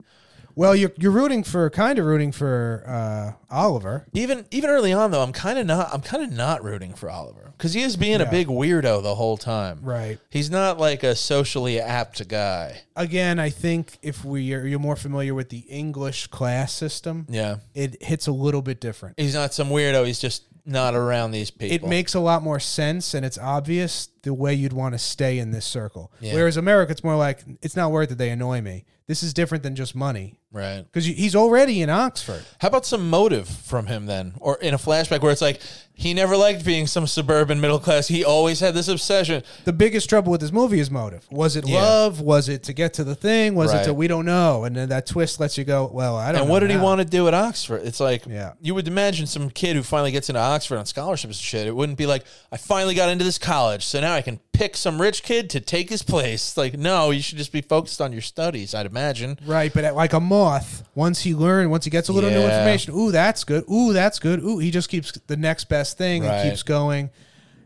Speaker 2: well, you're you're rooting for kind of rooting for uh, Oliver.
Speaker 1: Even even early on, though, I'm kind of not. I'm kind of not rooting for Oliver because he is being a
Speaker 2: Yeah.
Speaker 1: big weirdo the whole time.
Speaker 2: Right.
Speaker 1: He's not like a socially apt guy.
Speaker 2: Again, I think if we are, you're more familiar with the English class system,
Speaker 1: Yeah.
Speaker 2: it hits a little bit different.
Speaker 1: He's not some weirdo. He's just not around these people.
Speaker 2: It makes a lot more sense, and it's obvious the way you'd want to stay in this circle.
Speaker 1: Yeah.
Speaker 2: Whereas America, it's more like it's not worth it. They annoy me. This is different than just money
Speaker 1: right.
Speaker 2: because he's already in Oxford.
Speaker 1: How about some motive from him then, or in a flashback where it's like he never liked being some suburban middle class. He always had this obsession.
Speaker 2: the biggest trouble with this movie is motive. Was it
Speaker 1: Yeah.
Speaker 2: love? Was it to get to the thing? Was
Speaker 1: Right.
Speaker 2: it to we don't know? And then that twist lets you go, well, I don't
Speaker 1: And
Speaker 2: know.
Speaker 1: what did he
Speaker 2: now.
Speaker 1: want to do at Oxford? It's like
Speaker 2: Yeah.
Speaker 1: you would imagine some kid who finally gets into Oxford on scholarships and shit. It wouldn't be like I finally got into this college, so now I can pick some rich kid to take his place. Like no, you should just be focused on your studies. I'd imagine.
Speaker 2: Right, but at, like a moth, once he learned, once he gets a little new
Speaker 1: Yeah.
Speaker 2: information, ooh, that's good. Ooh, that's good. Ooh, he just keeps the next best thing
Speaker 1: Right.
Speaker 2: and keeps going.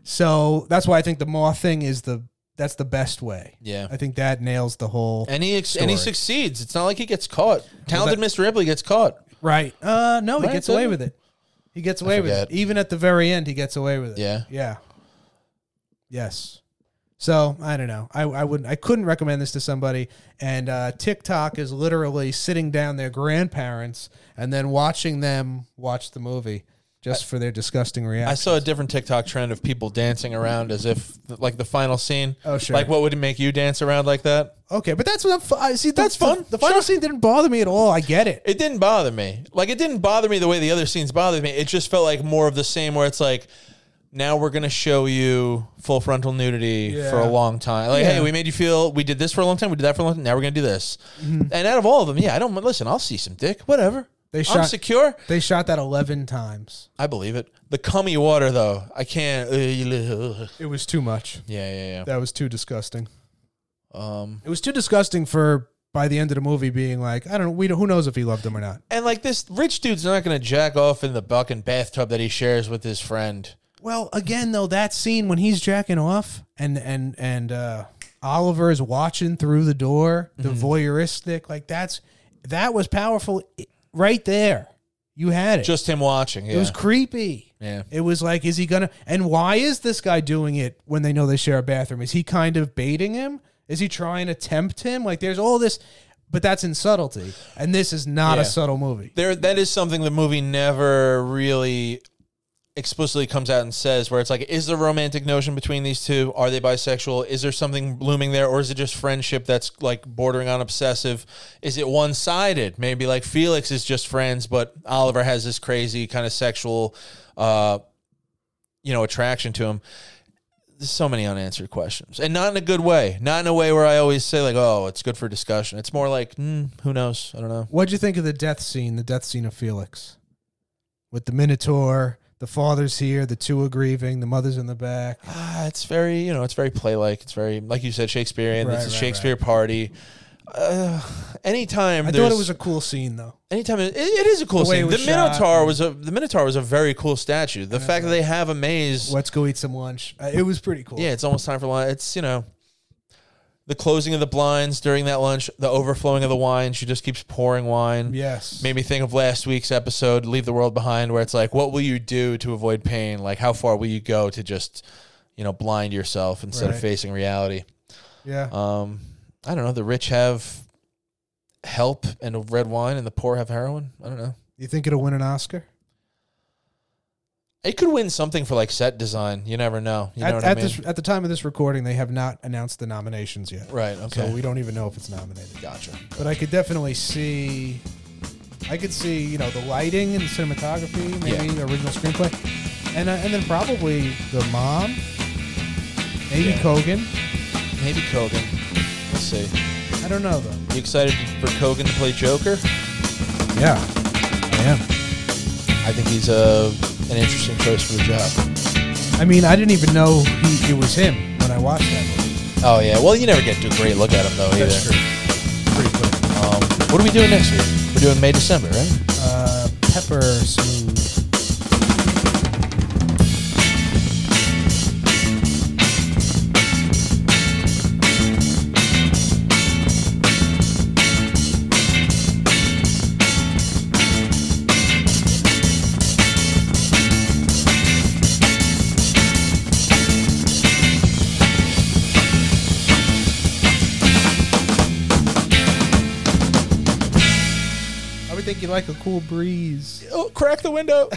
Speaker 2: So that's why I think the moth thing is the that's the best way.
Speaker 1: Yeah.
Speaker 2: I think that nails the whole
Speaker 1: And he ex- and he
Speaker 2: Story.
Speaker 1: succeeds. It's not like he gets caught. Talented Mr. Ripley gets caught.
Speaker 2: Right. Uh no,
Speaker 1: Right,
Speaker 2: he gets away
Speaker 1: doesn't-
Speaker 2: with it. He gets away with
Speaker 1: forget.
Speaker 2: it. Even at the very end, he gets away with it.
Speaker 1: Yeah.
Speaker 2: Yeah. Yes. So I don't know. I, I wouldn't. I couldn't recommend this to somebody. And uh, TikTok is literally sitting down their grandparents and then watching them watch the movie just for their disgusting
Speaker 1: I
Speaker 2: reaction.
Speaker 1: saw a different TikTok trend of people dancing around as if, like the final scene.
Speaker 2: Oh, sure.
Speaker 1: Like, what would make you dance around like that?
Speaker 2: okay, but that's what I'm. fu- I see. That's
Speaker 1: fun.
Speaker 2: The, final scene didn't bother me at all. I get it.
Speaker 1: It didn't bother me. Like, it didn't bother me the way the other scenes bothered me. It just felt like more of the same, where it's like, now we're gonna show you full frontal nudity
Speaker 2: Yeah.
Speaker 1: for a long time. Like,
Speaker 2: Yeah.
Speaker 1: hey, we made you feel we did this for a long time, we did that for a long time. Now we're gonna do this. And out of all of them, yeah, I don't listen. I'll see some dick, whatever.
Speaker 2: Mm-hmm. They
Speaker 1: I'm
Speaker 2: shot-
Speaker 1: secure.
Speaker 2: They shot that eleven times.
Speaker 1: I believe it. The cummy water though, I can't. Yeah,
Speaker 2: It was too much.
Speaker 1: yeah,
Speaker 2: That was too disgusting.
Speaker 1: yeah. Um,
Speaker 2: It was too disgusting for by the end of the movie being like, I don't know, we don't, who knows if he loved him or not.
Speaker 1: And like this rich dude's not gonna jack off in the fucking bathtub that he shares with his friend.
Speaker 2: Well, again though, that scene when he's jacking off and and and uh, Oliver is watching through the door, the voyeuristic, like that's that was powerful i- right there. You had it.
Speaker 1: Just him watching. Yeah.
Speaker 2: it was creepy.
Speaker 1: yeah.
Speaker 2: It was like, is he gonna? And why is this guy doing it when they know they share a bathroom? Is he kind of baiting him? Is he trying to tempt him? Like, there's all this, but that's in subtlety, and this is not
Speaker 1: Yeah.
Speaker 2: a subtle movie.
Speaker 1: There that is something the movie never really explicitly comes out and says where it's like, is there romantic notion between these two? Are they bisexual? Is there something looming there? Or is it just friendship that's like bordering on obsessive? Is it one sided? Maybe like Felix is just friends, but Oliver has this crazy kind of sexual uh you know, attraction to him. There's so many unanswered questions, and not in a good way. Not in a way where I always say like, "Oh, it's good for discussion." It's more like, mm, "Who knows? I don't know."
Speaker 2: What'd you think of the death scene? The death scene of Felix, with the Minotaur, the father's here, the two are grieving, the mother's in the back.
Speaker 1: Ah, it's very, you know, it's very play like. It's very, like you said, Shakespearean.
Speaker 2: Right,
Speaker 1: this is
Speaker 2: right,
Speaker 1: Shakespeare party. Uh, anytime
Speaker 2: I
Speaker 1: there's,
Speaker 2: thought it was a cool scene though.
Speaker 1: anytime it, it is a cool
Speaker 2: The way
Speaker 1: scene.
Speaker 2: it
Speaker 1: The
Speaker 2: was shot.
Speaker 1: Minotaur was a the Minotaur was a very cool statue. The fact that they have a maze,
Speaker 2: Let's go eat some lunch. Uh, it was pretty cool.
Speaker 1: yeah, it's almost time for lunch. It's you know, the closing of the blinds during that lunch, the overflowing of the wine. She just keeps pouring wine.
Speaker 2: Yes.
Speaker 1: Made me think of last week's episode, Leave the World Behind, where it's like, what will you do to avoid pain? Like, how far will you go to just, you know, blind yourself instead of
Speaker 2: Right.
Speaker 1: facing reality?
Speaker 2: Yeah.
Speaker 1: Um, I don't know. The rich have help and red wine, and the poor have heroin. I don't know.
Speaker 2: You think it'll win an Oscar?
Speaker 1: It could win something for like set design. You never know. You know
Speaker 2: at,
Speaker 1: what I
Speaker 2: at
Speaker 1: mean?
Speaker 2: this at the time of this recording, they have not announced the nominations yet.
Speaker 1: right. Okay.
Speaker 2: So we don't even know if it's nominated.
Speaker 1: gotcha.
Speaker 2: But I could definitely see. I could see, you know, the lighting and the cinematography, maybe original screenplay, and uh, and then probably the mom, maybe
Speaker 1: Yeah.
Speaker 2: Kogan.
Speaker 1: Maybe Kogan. Let's see.
Speaker 2: I don't know though.
Speaker 1: You excited for Kogan to play Joker?
Speaker 2: Yeah, I am.
Speaker 1: I think he's uh, an interesting choice for the job.
Speaker 2: I mean, I didn't even know he, it was him when I watched that movie.
Speaker 1: Oh yeah. Well, you never get to a great look at him though either.
Speaker 2: Pretty quick.
Speaker 1: Um, what are we doing next week? We're doing May December, right?
Speaker 2: Uh, pepper smooth. I would think you like a cool breeze.
Speaker 1: Oh, crack the window.